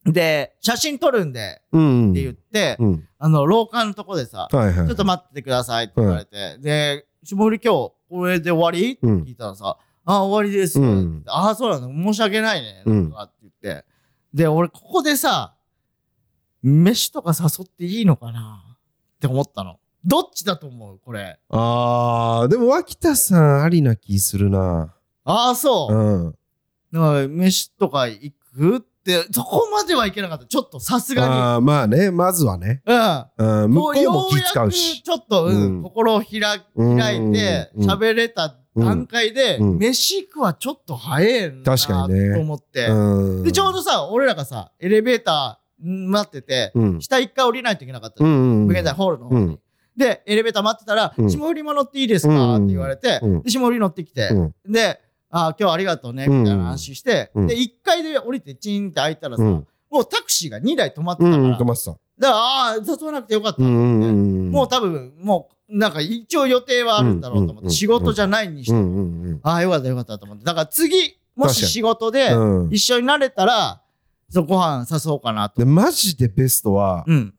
Speaker 1: で、写真撮るんで
Speaker 2: うん、
Speaker 1: って言って、
Speaker 2: うん。
Speaker 1: あの、廊下のとこでさ、
Speaker 2: はいはい。
Speaker 1: ちょっと待っててくださいって言われて、で、絞り今日、これで終わりって
Speaker 2: うん
Speaker 1: 聞いたらさ、あ、終わりです。
Speaker 2: うん
Speaker 1: ああ、そうなの、申し訳ないね。
Speaker 2: うん
Speaker 1: とかって言って。で、俺、ここでさ、飯とか誘っていいのかなって思ったの。どっちだと思うこれ。
Speaker 2: あー、でも脇田さんありな気するな。
Speaker 1: ああ、そうう。
Speaker 2: ん。
Speaker 1: だから飯とか行くって、そこまではいけなかった。ちょっとさすが
Speaker 2: あーまあね、まずはね。
Speaker 1: に。うん。
Speaker 2: うん向こうも気
Speaker 1: よ
Speaker 2: 使う
Speaker 1: やく
Speaker 2: し。
Speaker 1: ちょっと、うん
Speaker 2: うん
Speaker 1: 心を開開いて
Speaker 2: うん
Speaker 1: 喋れた段階で、
Speaker 2: うん
Speaker 1: 飯行くはちょっと早いな
Speaker 2: 確かにね
Speaker 1: と思って、
Speaker 2: うん
Speaker 1: でちょうどさ俺らがさエレベーター待ってて、
Speaker 2: うん
Speaker 1: 下一回降りないといけなかった
Speaker 2: う
Speaker 1: の、
Speaker 2: んうん
Speaker 1: 無限大ホールの方に、
Speaker 2: うん
Speaker 1: でエレベーター待ってたら「
Speaker 2: うん
Speaker 1: 霜降りも乗っていいですか?」って言われて、
Speaker 2: うん
Speaker 1: で霜降り乗ってきて、
Speaker 2: うん
Speaker 1: で「あー今日はありがとうね」みたいな話して、
Speaker 2: うん
Speaker 1: で1階で降りてチンって開いたらさ、
Speaker 2: うん
Speaker 1: もうタクシーが2台止まって
Speaker 2: う
Speaker 1: た
Speaker 2: ん
Speaker 1: から、
Speaker 2: うん
Speaker 1: だか
Speaker 2: 止まってた
Speaker 1: らああー誘わなくてよかった
Speaker 2: う
Speaker 1: なって、
Speaker 2: んうんうん
Speaker 1: もう多分、もう、なんか一応予定はあるんだろうと
Speaker 2: うんう
Speaker 1: 思っ
Speaker 2: んうんう
Speaker 1: て、
Speaker 2: ん
Speaker 1: 仕事じゃないにして
Speaker 2: う
Speaker 1: も、
Speaker 2: んうんうん
Speaker 1: ああ、よかったよかったと思って。だから次、も
Speaker 2: 確か
Speaker 1: し
Speaker 2: に
Speaker 1: 仕事で
Speaker 2: うん
Speaker 1: 一緒になれたら、そうご飯誘おうかなと
Speaker 2: で。マジでベストは
Speaker 1: うん。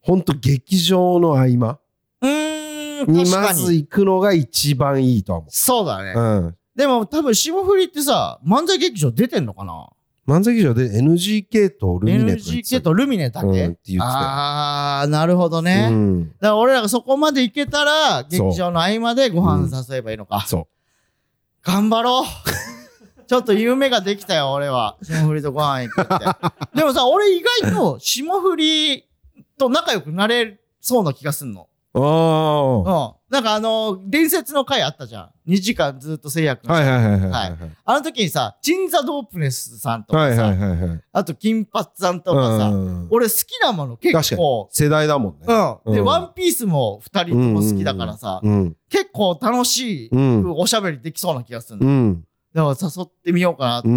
Speaker 2: ほんと劇場の合間
Speaker 1: うーん、
Speaker 2: に
Speaker 1: 確
Speaker 2: ま
Speaker 1: か
Speaker 2: ず
Speaker 1: に。
Speaker 2: 行くのが一番いいとは思
Speaker 1: そうだね。
Speaker 2: ううん
Speaker 1: でも多分、霜降りってさ、漫才劇場出てんのかな
Speaker 2: 漫才劇場で NGK とルミネとか言ってた
Speaker 1: ?NGK とルミネだけ、
Speaker 2: うんって言ってたよ
Speaker 1: ああ、なるほどね。
Speaker 2: う
Speaker 1: だ
Speaker 2: ん
Speaker 1: から俺らがそこまで行けたら、劇
Speaker 2: そう
Speaker 1: 場の合間でご飯誘えばいいのか。
Speaker 2: そ
Speaker 1: 頑張ろう ちょっと夢ができたよ、俺は。霜降りとご飯行くって。でもさ、俺意外と霜降りと仲良くなれそうな気がすんの。
Speaker 2: う
Speaker 1: うん
Speaker 2: あ。
Speaker 1: なんかあの、伝説の回あったじゃん。2時間ずっと制約
Speaker 2: あはいはいはいはいはい
Speaker 1: あの時にさ、チンザドープネスさんと
Speaker 2: は
Speaker 1: か
Speaker 2: い
Speaker 1: さ、
Speaker 2: はいはいはい
Speaker 1: あと金髪さんとかさ、
Speaker 2: うん
Speaker 1: 俺好きなもの結構、
Speaker 2: 世代だもんね
Speaker 1: うん。で、
Speaker 2: うん
Speaker 1: ワンピースも2人とも好きだからさ、
Speaker 2: うん
Speaker 1: 結構楽しい
Speaker 2: うん
Speaker 1: おしゃべりできそうな気がするの。
Speaker 2: うん
Speaker 1: だから誘ってみようかなと
Speaker 2: うん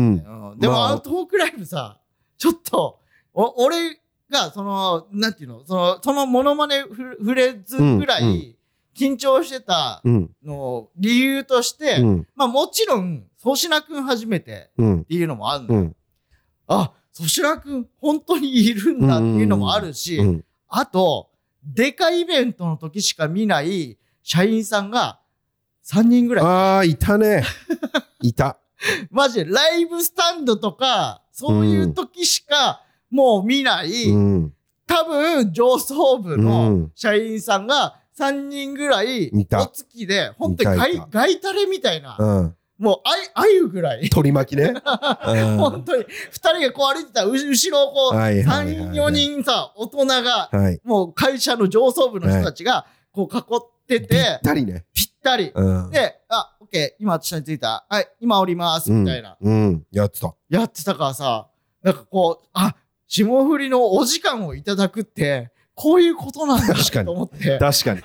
Speaker 1: うんでも、
Speaker 2: まあ
Speaker 1: あ、のトークライブさ、ちょっと、お俺が、その、なんていうの、その、そのモノマネふ触れずぐら
Speaker 2: うんう
Speaker 1: い、緊張してた
Speaker 2: うん
Speaker 1: のを理由として、
Speaker 2: うん
Speaker 1: まあもちろん、粗品くん初めて
Speaker 2: うん
Speaker 1: っていうのもあるの。
Speaker 2: うん
Speaker 1: あ、粗品くん、本当にいるんだっていうのもあるし、
Speaker 2: うん
Speaker 1: あと、でかいイベントの時しか見ない社員さんが3人ぐらい
Speaker 2: ああいたねいた
Speaker 1: マジでライブスタンドとか、そういう時しかもう見ない、
Speaker 2: うん
Speaker 1: 多分上層部
Speaker 2: う
Speaker 1: の
Speaker 2: ん
Speaker 1: 社員さんが3人ぐらい、
Speaker 2: いた
Speaker 1: お付きで、本当にガ
Speaker 2: い
Speaker 1: イ
Speaker 2: たい
Speaker 1: ガイタレみたいな、
Speaker 2: うん
Speaker 1: もうあい、あゆぐらい。
Speaker 2: 取り巻きねうん
Speaker 1: 本当に、二人がこう歩いてたら、う後ろをこう、
Speaker 2: はいはいはいはい
Speaker 1: 3、4人さ、大人が、
Speaker 2: はい
Speaker 1: もう会社の上層部の人たちが、こう囲って、
Speaker 2: ぴってたりね
Speaker 1: ぴったり。
Speaker 2: うん
Speaker 1: で、あ、オッケー、今下に着いた。はい、今降ります、みたいな。
Speaker 2: うんやってた
Speaker 1: やってたからさ、なんかこう、あ、霜降りのお時間をいただくって、こういうことなん
Speaker 2: 確か
Speaker 1: だ
Speaker 2: に
Speaker 1: と思って。
Speaker 2: 確かに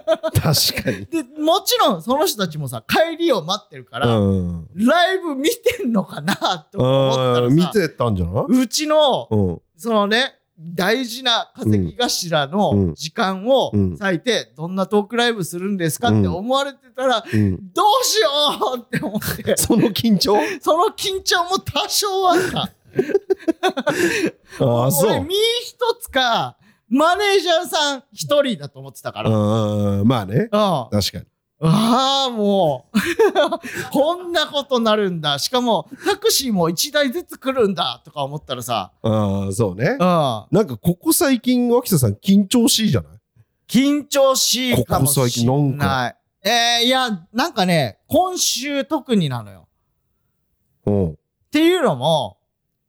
Speaker 2: 確かに
Speaker 1: で、もちろんその人たちもさ、帰りを待ってるから、
Speaker 2: うん
Speaker 1: ライブ見てんのかなと
Speaker 2: う
Speaker 1: 思
Speaker 2: ん
Speaker 1: った
Speaker 2: 見
Speaker 1: らさ、
Speaker 2: てたんじゃないう
Speaker 1: ちの、
Speaker 2: うん
Speaker 1: そのね、大事な稼ぎ頭
Speaker 2: うんうん
Speaker 1: の時間を
Speaker 2: うん
Speaker 1: 割いて、どんなトークライブするんですかって思われてたら、
Speaker 2: うん
Speaker 1: どうしようって思 って、
Speaker 2: その緊張
Speaker 1: その緊張も多少あった。
Speaker 2: ああそ
Speaker 1: 俺、
Speaker 2: う
Speaker 1: 身一つか、マネージャーさん一人だと思ってたから。
Speaker 2: うんまあね
Speaker 1: うん。
Speaker 2: 確かに
Speaker 1: ああ、もう。 こんなことなるんだ。しかも、タクシーも1台ずつ来るんだとか思ったらさ、
Speaker 2: ああ、そうね。
Speaker 1: うん。
Speaker 2: なんかここ最近、脇田さん緊張しいじゃない
Speaker 1: 緊張しいかも
Speaker 2: ここ最
Speaker 1: し
Speaker 2: 近
Speaker 1: れ
Speaker 2: な
Speaker 1: ない。
Speaker 2: んか
Speaker 1: えー、いや、なんかね、今週特になのよ。
Speaker 2: うん。
Speaker 1: っていうのも、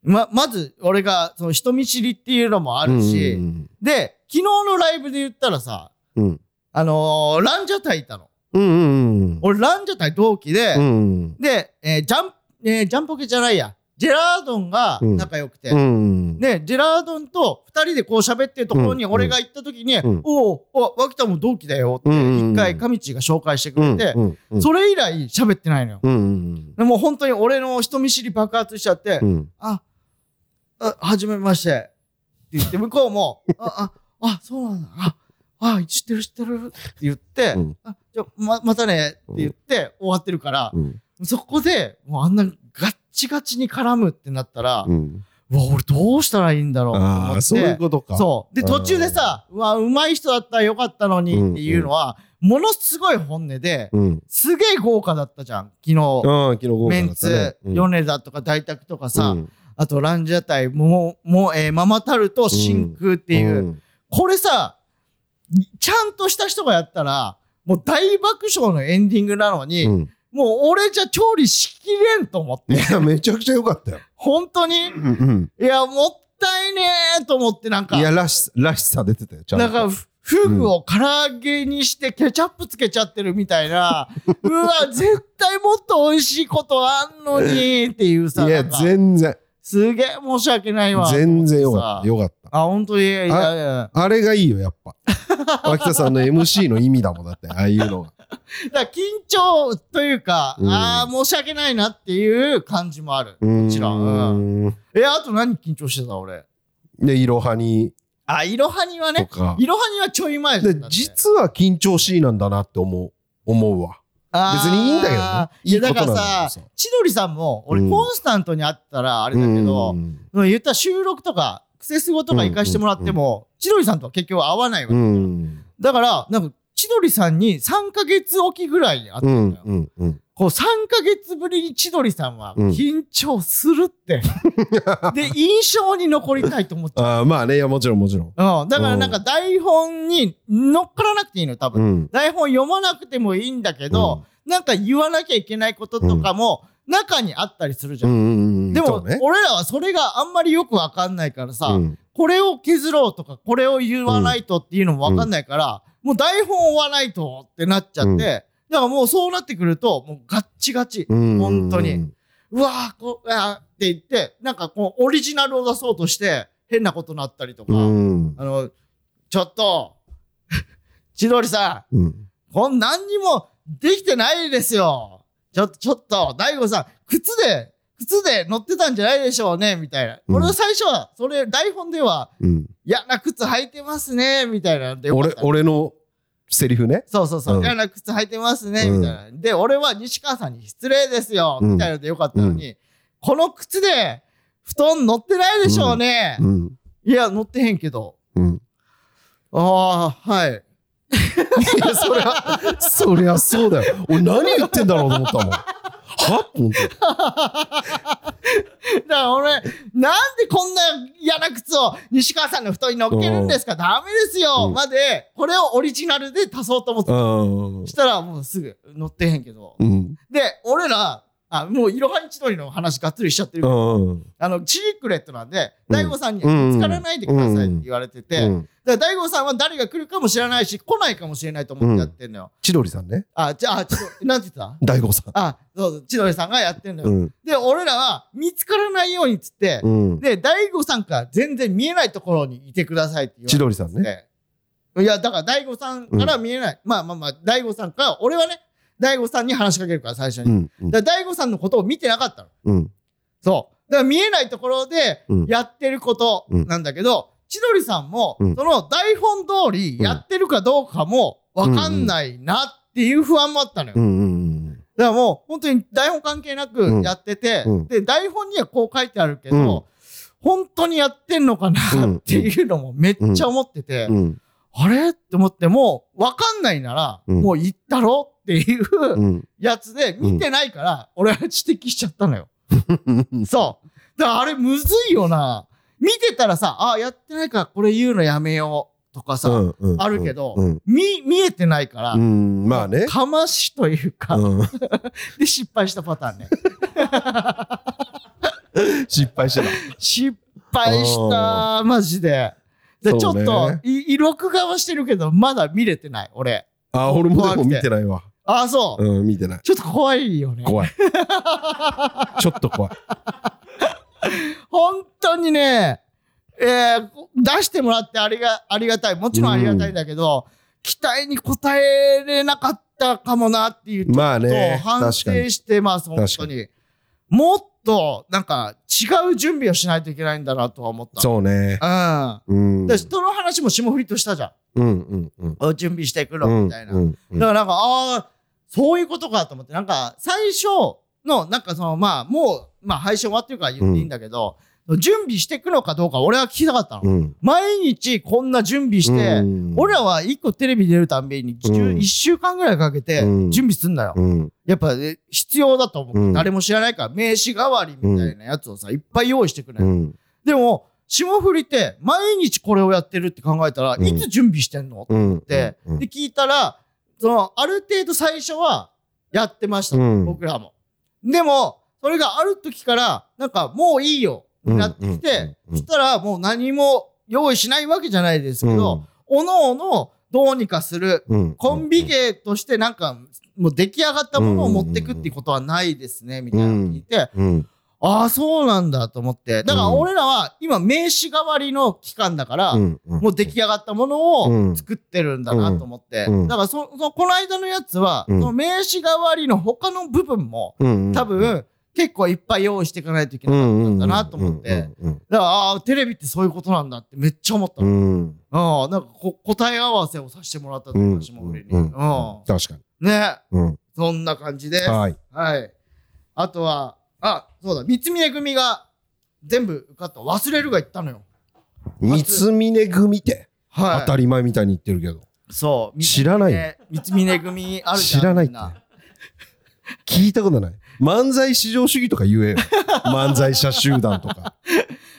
Speaker 1: ま、まず、俺が、その人見知りっていうのもあ
Speaker 2: あ
Speaker 1: るし、で、昨日のライブで言ったらさ、
Speaker 2: うん。
Speaker 1: あのーランジャタイいたの。
Speaker 2: うんうんうん。
Speaker 1: 俺、ランジャタイ同期で、
Speaker 2: うん
Speaker 1: で、えージャン、えージャンポケじゃないや、ジェラードンが仲良くて、
Speaker 2: うん。
Speaker 1: で、ジェラードンと二人でこう喋ってるところに
Speaker 2: うん
Speaker 1: 俺が行った時に、
Speaker 2: うん
Speaker 1: おうお、脇田も同期だよって
Speaker 2: うん
Speaker 1: 一回上地が紹介してくれて、
Speaker 2: うんうん
Speaker 1: それ以来喋ってないのよ。
Speaker 2: うん
Speaker 1: でもう本当に俺の人見知り爆発しちゃって、
Speaker 2: うん。
Speaker 1: あ、あ、はじめまして。って言って、向こう も、あ、あ、あ、そうなんだ。あ、あ、知ってる知ってる。って言って、
Speaker 2: うん
Speaker 1: あじゃあま、またね。って言って終わってるから、
Speaker 2: うん
Speaker 1: そこで、もうあんなガッチガチに絡むってなったら、
Speaker 2: うん。
Speaker 1: うわ、俺どうしたらいいんだろうと思って。
Speaker 2: ああ、そういうことか。
Speaker 1: そう。で、
Speaker 2: うん
Speaker 1: 途中でさ、うわ、うまい人だったらよかったのにっていうのは、ものすごい本音で、
Speaker 2: う。うん。
Speaker 1: すげえ豪華だったじゃん、昨日。
Speaker 2: ああ、昨日豪華
Speaker 1: メ
Speaker 2: だ
Speaker 1: ン
Speaker 2: ったね
Speaker 1: ツ、。米田とか大宅とかさ、
Speaker 2: うん
Speaker 1: あとランジャタイ、もう、もう、えーママタルと真空っていう、。
Speaker 2: ん
Speaker 1: これさ、ちゃんとした人がやったら、もう大爆笑のエンディングなのに、
Speaker 2: うん
Speaker 1: もう俺じゃ調理しきれんと思って
Speaker 2: い。や、めちゃくちゃ良かったよ。
Speaker 1: 本当に
Speaker 2: うん
Speaker 1: いや、もったいねえと思って、なん
Speaker 2: うん。
Speaker 1: か
Speaker 2: い、や、らし、らしさ出てたよ、ちゃんと。
Speaker 1: なんか、ふフグを唐揚げにしてケチャップつけちゃってるみたい な、うわ、絶対もっと美味しいことあんのにっていうさ、
Speaker 2: いや、
Speaker 1: なんか
Speaker 2: 全然、
Speaker 1: すげえ申し訳ないわ。
Speaker 2: 全然良
Speaker 1: と思
Speaker 2: かっ
Speaker 1: って
Speaker 2: た。
Speaker 1: さ
Speaker 2: 良かった。
Speaker 1: あ、本当に、いやいやいや。
Speaker 2: あれがいいよ、やっ ぱ。脇田さんの MC の意味だもん、だって、ああいうのが。
Speaker 1: だから緊張というか、
Speaker 2: うん
Speaker 1: ああ、申し訳ないなっていう感じ もある。
Speaker 2: も
Speaker 1: ちろん。え、あと何緊張してた俺。
Speaker 2: で、いろはに
Speaker 1: あ、イロハニは
Speaker 2: と
Speaker 1: ね、
Speaker 2: か。
Speaker 1: イロハニはちょい前だ
Speaker 2: で
Speaker 1: ったんだ、ね。
Speaker 2: 実は緊張しいなんだなって思う、思うわ。
Speaker 1: あー
Speaker 2: 別にいいんだけどね
Speaker 1: いや、だか
Speaker 2: いいこと
Speaker 1: ら
Speaker 2: なんだ
Speaker 1: さ
Speaker 2: けどさ、
Speaker 1: 千鳥さんも、俺
Speaker 2: うん
Speaker 1: コンスタントに会ったらあれだけど、
Speaker 2: うん
Speaker 1: うん言ったら収録とか、クセスゴとか行かしてもらっても、千鳥さんとは結局会わないわ
Speaker 2: う
Speaker 1: け。
Speaker 2: ん。
Speaker 1: だから、なんか、千鳥さんに3ヶ月おきぐらいに会った
Speaker 2: うん
Speaker 1: だよ。
Speaker 2: ん。うん。うん。
Speaker 1: こう3ヶ月ぶりに千鳥さんは
Speaker 2: うん
Speaker 1: 緊張する って、で印象に残りたいと思っちゃ
Speaker 2: ああ、まあね、いや、もちろん、もちろん。
Speaker 1: う、うん、だからなんか台本に乗っからなくていいの多分、
Speaker 2: うん。
Speaker 1: 台本読まなくてもいいんだけど、なんか言わなきゃいけないこととかも中にあったりするじ
Speaker 2: う
Speaker 1: ゃ
Speaker 2: ん
Speaker 1: ん、
Speaker 2: うんうん。
Speaker 1: でも、
Speaker 2: そうね、
Speaker 1: 俺らはそれがあんまりよくわかんないからさ、
Speaker 2: うん
Speaker 1: これを削ろうとかこれを言わないとっていうのもわかんないから、もう台本を追わないとってなっちゃって、
Speaker 2: うん
Speaker 1: だからもうそうなってくるともうガッチガチ、
Speaker 2: うん
Speaker 1: 本当に。うわーこうあーって言って、なんかこう、オリジナルを出そうとして、変なことになったりとか、
Speaker 2: うん。
Speaker 1: あの、ちょっと、 千鳥さ
Speaker 2: うん。
Speaker 1: ん、こん何にもできてないですよ。ちょっと、ちょっと、大悟さん、靴で、靴で乗ってたんじゃないでしょうね、みたいな。
Speaker 2: うん
Speaker 1: 俺は最初は、それ、台本では、
Speaker 2: うん。
Speaker 1: 嫌な靴履いてますね、みたいなんでよかっ
Speaker 2: 俺
Speaker 1: た、
Speaker 2: 俺のセリフね。
Speaker 1: そうそうそうう、
Speaker 2: ん
Speaker 1: 嫌な靴履いてますね、
Speaker 2: うん
Speaker 1: みたいな。で、俺は西川さんに失礼ですよ、
Speaker 2: うん
Speaker 1: みたいなのでよかったのに、この靴で布団乗ってないでしょうね。
Speaker 2: うん。
Speaker 1: いや、乗ってへんけど。
Speaker 2: うん。
Speaker 1: ああ、はい。
Speaker 2: いやそりゃ、そりゃそうだよ。俺何言ってんだろうと思ったもん。は本
Speaker 1: だから俺、なんでこんな嫌な靴を西川さんの布団に乗っけるんですかダメですよ、
Speaker 2: うん
Speaker 1: まで、これをオリジナルで足そうと思ってた。
Speaker 2: 当。
Speaker 1: そしたらもうすぐ乗ってへんけど。
Speaker 2: うん。
Speaker 1: で、俺ら、あ、もういろはに千鳥の話がっつりしちゃってるけど
Speaker 2: うん。
Speaker 1: あの、シークレットなんで、
Speaker 2: うん
Speaker 1: 大悟さんに見つからないでくださいって言われてて、
Speaker 2: うん
Speaker 1: だから大悟さんは誰が来るかも知らないし、来ないかもしれないと思ってやってんのよ。
Speaker 2: 千鳥さんね。
Speaker 1: あ、じゃあ、ちょっと、 なんて言って
Speaker 2: 大悟さ
Speaker 1: たあ、そうそう、千鳥さんがやってんの
Speaker 2: ん。
Speaker 1: よ。
Speaker 2: ん。
Speaker 1: で、俺らは見つからないようにっつって、
Speaker 2: うん。
Speaker 1: で、大悟さんから全然見えないところにいてくださいって言われて
Speaker 2: 千鳥さんね。
Speaker 1: ね。いや、だから大悟さんから見えない。まあまあまあ、大悟さんから、俺はね、大悟さんに話しかけるから、最初に。
Speaker 2: ん。
Speaker 1: だから大悟さんのことを見てなかったの。
Speaker 2: うん。
Speaker 1: そう。だから見えないところで
Speaker 2: うん
Speaker 1: やってることなんだけど、千鳥さんも、
Speaker 2: うん
Speaker 1: その台本通りやってるかどうかもわかんないなっていう不安もあったのよ。
Speaker 2: ん。うん。
Speaker 1: だからもう本当に台本関係なくやってて、
Speaker 2: うん
Speaker 1: で、台本にはこう書いてあるけど、
Speaker 2: うん
Speaker 1: 本当にやってんのかな
Speaker 2: うん
Speaker 1: っていうのもめっちゃ思ってて、
Speaker 2: うん。
Speaker 1: あれって思っても、わかんないなら、
Speaker 2: うん
Speaker 1: もう行ったろっていう
Speaker 2: うん。
Speaker 1: やつで見てないから、俺は指摘しちゃったのよ。そう。だからあれむずいよな。見てたらさ、あ、やってないからこれ言うのやめようとかさ、
Speaker 2: うんうん
Speaker 1: あるけど、
Speaker 2: うん。
Speaker 1: 見、見えてないから、
Speaker 2: うん、まあね。
Speaker 1: かましというか、
Speaker 2: うん
Speaker 1: で失敗したパターンね。
Speaker 2: 失敗してた。
Speaker 1: 失敗 した、マジで。で、
Speaker 2: そうね
Speaker 1: ちょっと、い、録画はしてるけど、まだ見れてない、俺。
Speaker 2: あ、俺もでも見てないわ。
Speaker 1: ああ、そう。
Speaker 2: うん、見てない。
Speaker 1: ちょっと怖いよね。
Speaker 2: 怖い。ちょっと怖い。
Speaker 1: 本当にね、えー出してもらってありが、ありがたい。もちろんありがたいんだけど、期待に応えれなかったかもなっていう、ちょっ
Speaker 2: まあね
Speaker 1: と、反
Speaker 2: 確
Speaker 1: 省
Speaker 2: かに。
Speaker 1: してます、本
Speaker 2: 確
Speaker 1: 当
Speaker 2: か
Speaker 1: に。もっと、なんか、違う準備をしないといけないんだなとは思った。う。
Speaker 2: そうね。
Speaker 1: ん。
Speaker 2: うん。
Speaker 1: で、その話も霜降りとしたじゃん。
Speaker 2: うんうんうん。
Speaker 1: お準備していく
Speaker 2: う
Speaker 1: の、
Speaker 2: ん
Speaker 1: みたいな。
Speaker 2: うんうん
Speaker 1: だからなんか、ああ、そういうことかと思って、なんか、最初の、なんかその、まあ、もう、まあ、配信終わってるから言っていいんだけど、準備していくのかどうか俺は聞きたかったの。
Speaker 2: うん
Speaker 1: 毎日こんな準備して、
Speaker 2: うん
Speaker 1: 俺らは一個テレビ出るたんびに、一週
Speaker 2: うん
Speaker 1: 一週間ぐらいかけて
Speaker 2: うん
Speaker 1: 準備すんだよ。
Speaker 2: うん
Speaker 1: やっぱ、え必要だと思う。
Speaker 2: うん
Speaker 1: 誰も知らないから、名刺代わりみたいなやつをさ、いっぱい用意してくれ、
Speaker 2: うん
Speaker 1: でも、霜降りって、毎日これをやってるって考えたら、
Speaker 2: うん
Speaker 1: いつ準備してんの
Speaker 2: うん
Speaker 1: って、
Speaker 2: うん
Speaker 1: で聞いたらそのある程度最初はやってました、
Speaker 2: うん
Speaker 1: 僕らもでもそれがある時からなんかもういいよになってきて、
Speaker 2: うんう
Speaker 1: そ
Speaker 2: ん
Speaker 1: したらもう何も用意しないわけじゃないですけど、おのおのどうにかする
Speaker 2: うんうん
Speaker 1: コンビ芸としてなんかもう出来上がったものを持ってくっていうことはないですね、みたいなの聞いて、
Speaker 2: うん
Speaker 1: ああそうなんだと思ってだから俺らは今名刺代わりの期間だから、
Speaker 2: うんうん
Speaker 1: もう出来上がったものを、
Speaker 2: うん
Speaker 1: 作ってるんだなと思って、
Speaker 2: うん
Speaker 1: だからそそのこの間のやつは、
Speaker 2: うん
Speaker 1: その名刺代わりの他の部分も
Speaker 2: うんうん
Speaker 1: 多分、結構いっぱい用意していかないといけ
Speaker 2: う
Speaker 1: ない、
Speaker 2: んうん
Speaker 1: だなと思って
Speaker 2: うん
Speaker 1: だからああテレビってそういうことなんだってめっちゃ思った
Speaker 2: う
Speaker 1: の、
Speaker 2: んうん
Speaker 1: ああなんかこ答え合わせをさせてもらったとい
Speaker 2: うん
Speaker 1: うか霜降りに、
Speaker 2: う
Speaker 1: うんん
Speaker 2: 確かに
Speaker 1: ね
Speaker 2: うん
Speaker 1: そんな感じですは
Speaker 2: はい
Speaker 1: い、あとはあそうだ三峰組が全部受かった忘れるが言ったのよ
Speaker 2: 三峰組って
Speaker 1: はい
Speaker 2: 当たり前みたいに言ってるけど
Speaker 1: そう
Speaker 2: 知らないよ
Speaker 1: 三峰組あるじゃん
Speaker 2: 知らないって
Speaker 1: みんな
Speaker 2: 聞いたことない漫才至上主義とか言え よ漫才者集団とか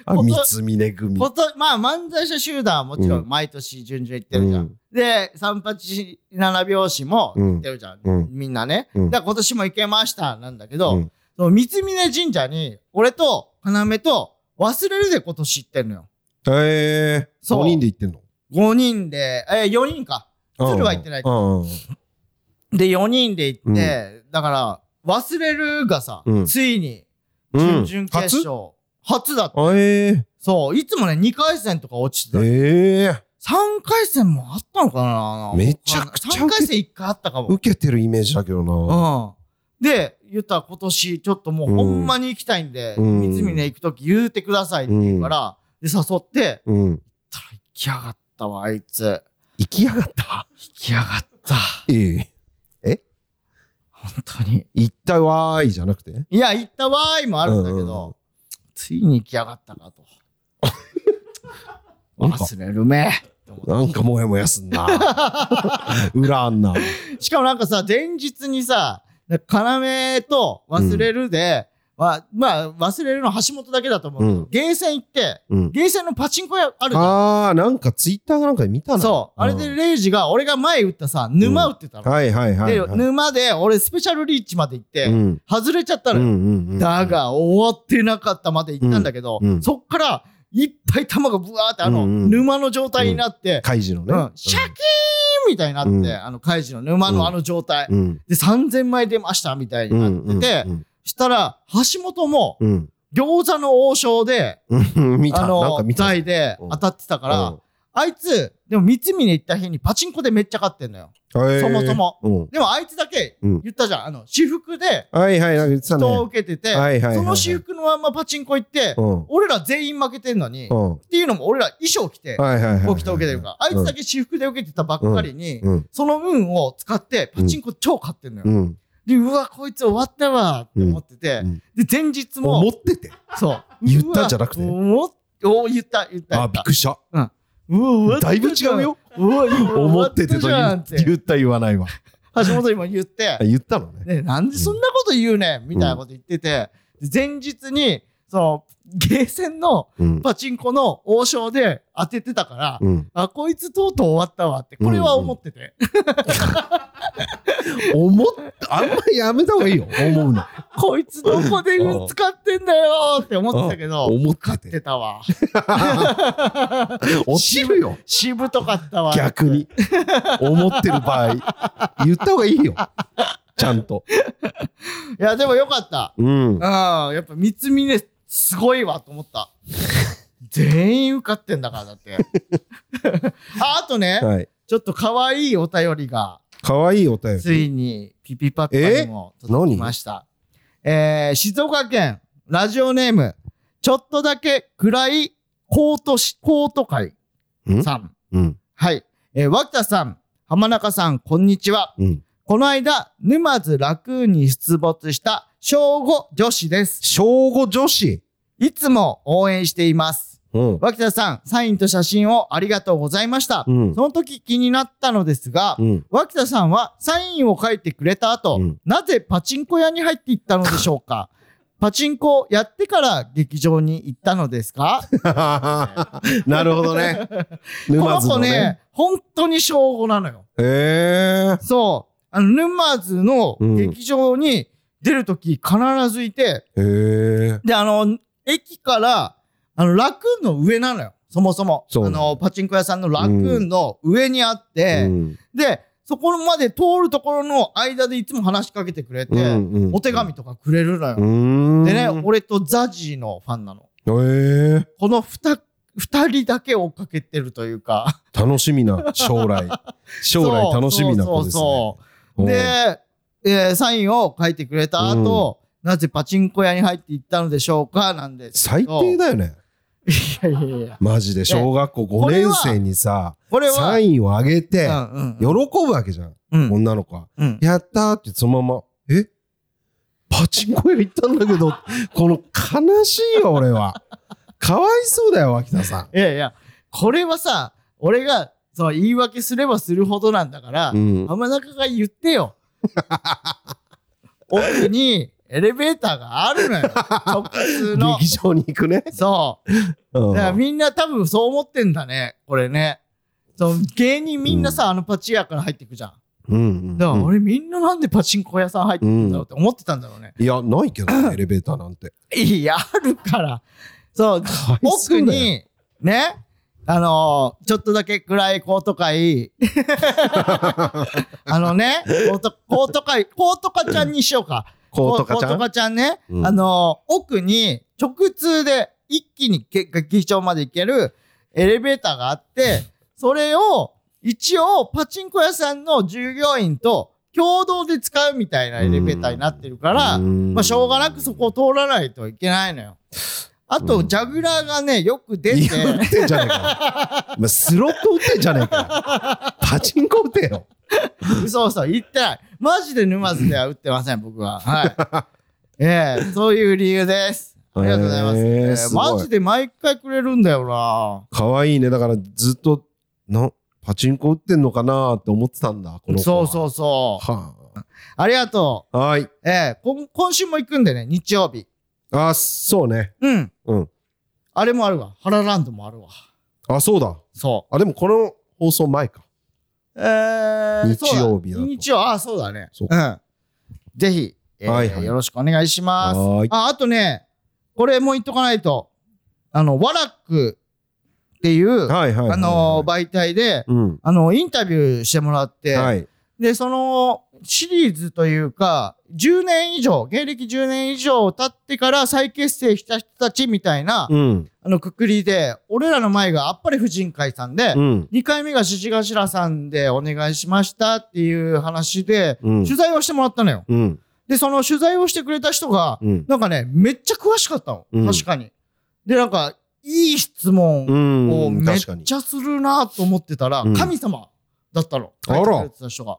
Speaker 2: あ
Speaker 1: こと
Speaker 2: 三峰組
Speaker 1: ことまあ漫才者集団はもちろ
Speaker 2: うん
Speaker 1: ん毎年順々言って
Speaker 2: う
Speaker 1: るじゃん。
Speaker 2: ん
Speaker 1: で、三八七拍子も言ってるじゃん。
Speaker 2: うん
Speaker 1: みんなね。
Speaker 2: うん
Speaker 1: だから今年も行けましたなんだけど、
Speaker 2: うん
Speaker 1: その三峯神社に俺と要と忘れるで今年行ってんのよ。
Speaker 2: へえ
Speaker 1: そう
Speaker 2: 5人で行ってんの
Speaker 1: 5人で、えー、4人か。鶴は行ってない
Speaker 2: うんうん
Speaker 1: で、4人で行って、だから忘れるがさ、
Speaker 2: うん
Speaker 1: ついに
Speaker 2: うん
Speaker 1: 準々決勝、初だった。
Speaker 2: 初へえ
Speaker 1: そう、いつもね、2回戦とか落ちてた
Speaker 2: ええ
Speaker 1: 3回戦もあったのかな
Speaker 2: めちゃくちゃ
Speaker 1: 3回戦1回あったかも。
Speaker 2: 受けてるイメージだけど
Speaker 1: うん。
Speaker 2: な
Speaker 1: で、言ったら今年ちょっともうほんまに行きたいんで、
Speaker 2: うん
Speaker 1: 三峰行くとき言うてくださいって言うから、で、誘って、
Speaker 2: うん
Speaker 1: たら行きやがったわ、あいつ。
Speaker 2: 行きやがった
Speaker 1: 行きやがった。
Speaker 2: ええ
Speaker 1: 本当に。
Speaker 2: 行ったわーいじゃなくて
Speaker 1: いや、行ったわーいもあるんだけ
Speaker 2: うんうん
Speaker 1: ど、ついに行きやがったかと。
Speaker 2: なんか
Speaker 1: 忘れるめ。
Speaker 2: なんかもやもやす んな裏あんな
Speaker 1: しかもなんかさ、前日にさ、要と忘れるで、まあ、まあ、忘れるの橋本だけだと思うけど、
Speaker 2: うん
Speaker 1: ゲーセン行って、
Speaker 2: うん
Speaker 1: ゲーセンのパチンコ屋 あるじゃ
Speaker 2: あーなんかツイッターなんかで見た
Speaker 1: ん。
Speaker 2: な
Speaker 1: そう。あれでレイジが、俺が前打ったさ、沼打ってたの。
Speaker 2: はいはいはいはい
Speaker 1: で、沼で俺スペシャルリーチまで行って、
Speaker 2: うん
Speaker 1: 外れちゃった
Speaker 2: うん
Speaker 1: のよ、
Speaker 2: うんうん
Speaker 1: だが、終わってなかったまで行ったんだけど、
Speaker 2: うんうん
Speaker 1: そっから、いっぱい球がブワーってあの、
Speaker 2: うんうん
Speaker 1: 沼の状態になって、
Speaker 2: カイジのね
Speaker 1: うんシャキーンみたいになって、
Speaker 2: うん
Speaker 1: あの、カイジの沼のあの状態。
Speaker 2: うん
Speaker 1: で、3000枚出ましたみたいになってて、
Speaker 2: うん
Speaker 1: したら、橋本も、
Speaker 2: うん
Speaker 1: 餃子の王将で、
Speaker 2: うん見た
Speaker 1: あ
Speaker 2: なんか
Speaker 1: の、
Speaker 2: 見た
Speaker 1: 台で
Speaker 2: うん
Speaker 1: 当たってたから、
Speaker 2: うん
Speaker 1: あいつ、でも三峰行った日にパチンコでめっちゃ勝ってんのよ。
Speaker 2: へー
Speaker 1: そもそも
Speaker 2: うん
Speaker 1: でもあいつだけ
Speaker 2: うん
Speaker 1: 言ったじゃん。あの、私服で
Speaker 2: はいはいなんか言ってたね
Speaker 1: 人を受けてて、
Speaker 2: はいはいはいはい
Speaker 1: その私服のまんまパチンコ行って、
Speaker 2: うん
Speaker 1: 俺ら全員負けてんのに、っ
Speaker 2: うん
Speaker 1: ていうのも俺ら衣装着て、
Speaker 2: はいはいはいはい
Speaker 1: 起きて受けてるから、あいつだけ私服で受けてたばっかりに、
Speaker 2: うん
Speaker 1: その運を使ってパチンコ超勝ってんのよ。
Speaker 2: うん
Speaker 1: で、うわ、こいつ終わったわって思ってて、
Speaker 2: うん
Speaker 1: で、前日も、
Speaker 2: 思ってて
Speaker 1: そう。
Speaker 2: 言ったんじゃなくて
Speaker 1: うわ思っお言った、言った。
Speaker 2: あーびっくりした
Speaker 1: うわ
Speaker 2: だいぶ違うよ。
Speaker 1: うわ、
Speaker 2: 思っててと
Speaker 1: じゃんって。
Speaker 2: 言った言わないわ
Speaker 1: 橋本にも言って
Speaker 2: あ、言ったのね。
Speaker 1: ね、なんでそんなこと言うねんみたいなこと言ってて、で前日に、その、ゲーセンの
Speaker 2: うん。
Speaker 1: パチンコの王将で当ててたから、
Speaker 2: うん、
Speaker 1: あ、こいつとうとう終わったわって、これは思ってて。
Speaker 2: 思った、あんまりやめた方がいいよ。思うの。
Speaker 1: こいつどこで使ってんだよって思ってたけど、
Speaker 2: 思って
Speaker 1: 出
Speaker 2: て。
Speaker 1: たわ。
Speaker 2: 落ちるよ。
Speaker 1: しぶとかったわ。
Speaker 2: 逆に。思ってる場合。言った方がいいよ。ちゃんと。
Speaker 1: いや、でもよかった。
Speaker 2: うん。
Speaker 1: うん、やっぱ三つ峰すごいわと思 った。全員受かってんだから、だって。あ、あとね、
Speaker 2: はい。
Speaker 1: ちょっと可愛いお便りが、
Speaker 2: 可愛いお便り。
Speaker 1: ついにピピパッパにも届きました。えー、静岡県、ラジオネーム、ちょっとだけ暗いコートし、コート会さん。
Speaker 2: うん。
Speaker 1: はい。えー、脇田さん、浜中さん、こんにちは。
Speaker 2: うん。
Speaker 1: この間、沼津楽に出没した小5女子です。
Speaker 2: 小五女子。
Speaker 1: いつも応援しています。
Speaker 2: うん。
Speaker 1: 脇田さん、サインと写真をありがとうございました。
Speaker 2: うん
Speaker 1: その時気になったのですが、
Speaker 2: うん。
Speaker 1: 脇田さんはサインを書いてくれた後、
Speaker 2: うん
Speaker 1: なぜパチンコ屋に入っていったのでしょう かパチンコをやってから劇場に行ったのですか
Speaker 2: なるほどね。
Speaker 1: この
Speaker 2: 沼津
Speaker 1: 子
Speaker 2: のね。
Speaker 1: ね、本当に小5なのよ。
Speaker 2: へえ。
Speaker 1: そう。あの、沼津の劇場に出るとき必ずいて、
Speaker 2: へえ。
Speaker 1: で、あの、駅から、あの、ラクーンの上なのよ。そもそも。
Speaker 2: そう
Speaker 1: あの、パチンコ屋さんのラクーンの上にあって、
Speaker 2: うん
Speaker 1: で、そこまで通るところの間でいつも話しかけてくれて、
Speaker 2: うんうん
Speaker 1: お手紙とかくれるのよ。
Speaker 2: うーん。
Speaker 1: でね、俺とザジーのファンなの。
Speaker 2: へえ。
Speaker 1: この二、二人だけ追っかけてるというか。
Speaker 2: 楽しみな 将来。将来楽しみな子です
Speaker 1: そうそうそう
Speaker 2: ね。うん
Speaker 1: で、えーサインを書いてくれた後、なぜパチンコ屋に入っていったのでしょうかなんですけ
Speaker 2: 最
Speaker 1: ど。
Speaker 2: 低だよね。
Speaker 1: いやいやいや。
Speaker 2: マジで小学校5年生にさ、
Speaker 1: これは、
Speaker 2: サインをあげて、
Speaker 1: うん
Speaker 2: 喜ぶわけじゃん、
Speaker 1: うんうん
Speaker 2: 女の子は。
Speaker 1: うん
Speaker 2: やったーってそのまま、えパチンコ屋行ったんだけ ど、この悲しいよ、俺は。かわいそうだよ、脇田さ
Speaker 1: いやいや、これはさ、俺がその言い訳すればするほどなんだから、
Speaker 2: ん。うん。
Speaker 1: 浜中が言ってよ。奥にエレベーターがあるのよ。直通の
Speaker 2: 劇。場に行くね。
Speaker 1: そう。
Speaker 2: うん
Speaker 1: だからみんな多分そう思ってんだね、これね。その芸人みんなさ、あのパチ屋から入ってくじゃん。
Speaker 2: うん。
Speaker 1: だから
Speaker 2: うん
Speaker 1: 俺みんななんでパチンコ屋さん入ってんだろうって思ってたんだろうね。
Speaker 2: いや、ないけど ね、エレベーターなんて。
Speaker 1: いや、あるから。そう、
Speaker 2: かわいそ
Speaker 1: 奥
Speaker 2: うだよ。
Speaker 1: に、ね、あのーちょっとだけ暗いコート 会、あのね、コート、コート会、コートカちゃんにしようか。
Speaker 2: こうとか
Speaker 1: コ
Speaker 2: ちゃ
Speaker 1: ート
Speaker 2: ん。
Speaker 1: カちゃんね、
Speaker 2: うん
Speaker 1: あのー奥に直通で一気にげ劇場まで行けるエレベーターがあ って、それを一応パチンコ屋さんの従業員と共同で使うみたいなエレベーターになってるから、ま
Speaker 2: ま
Speaker 1: あ、しょうがなくそこを通らないといけないのよ。あと、
Speaker 2: うん
Speaker 1: ジャグラーがね、よく出て、
Speaker 2: 打ってんじゃねえかよ。お前スロット打ってんじゃねえか よ。パチンコ打てよ。
Speaker 1: そうそう、行ってない。マジで沼津では打ってません、僕は。 はい。ええそういう理由です。ありがとうございます。
Speaker 2: へ
Speaker 1: え
Speaker 2: え
Speaker 1: え
Speaker 2: すごい
Speaker 1: マジで毎回くれるんだよな。
Speaker 2: 可愛いね。だからずっと、な、パチンコ打ってんのかなーって思ってたんだ、この子
Speaker 1: そ
Speaker 2: は
Speaker 1: うそうそ
Speaker 2: は
Speaker 1: う。ありがと
Speaker 2: あ。はい。
Speaker 1: う。ええこん今週も行くんでね、日曜日。
Speaker 2: あ、そうね。
Speaker 1: うん。
Speaker 2: うん。
Speaker 1: あれもあるわ。ハラランドもあるわ。
Speaker 2: あ、そうだ。
Speaker 1: そ
Speaker 2: あ、でもこの放送前か。
Speaker 1: う。ええ
Speaker 2: 日曜日だ
Speaker 1: そう
Speaker 2: と
Speaker 1: だ日曜、ああ、そうだね。
Speaker 2: そう
Speaker 1: うん。ぜひ、えー
Speaker 2: はいはい
Speaker 1: よろしくお願いします。
Speaker 2: はーい。
Speaker 1: あ、あとね、これも言っとかないと、あの、ワラックっていう、
Speaker 2: はいはい。
Speaker 1: あの、媒体で、
Speaker 2: うん。
Speaker 1: あの、インタビューしてもらって、
Speaker 2: はい。
Speaker 1: で、その、シリーズというか、10年以上、芸歴10年以上経ってから再結成した人たちみたいな、
Speaker 2: うん。
Speaker 1: あの、くくりで、俺らの前があっぱれ婦人会さんで、
Speaker 2: うん。
Speaker 1: 2回目が獅子頭さんでお願いしましたっていう話で、
Speaker 2: うん
Speaker 1: 取材をしてもらったのよ。
Speaker 2: うん。
Speaker 1: で、その取材をしてくれた人が、
Speaker 2: うん。
Speaker 1: なんかね、めっちゃ詳しかったの。
Speaker 2: うん
Speaker 1: 確かに。で、なんか、いい質問
Speaker 2: う
Speaker 1: を
Speaker 2: ん。
Speaker 1: めっ
Speaker 2: 確かに。
Speaker 1: ちゃするなと思ってたら、
Speaker 2: うん
Speaker 1: 神様だったの。
Speaker 2: あ
Speaker 1: 書い
Speaker 2: ら
Speaker 1: てくれてた人が。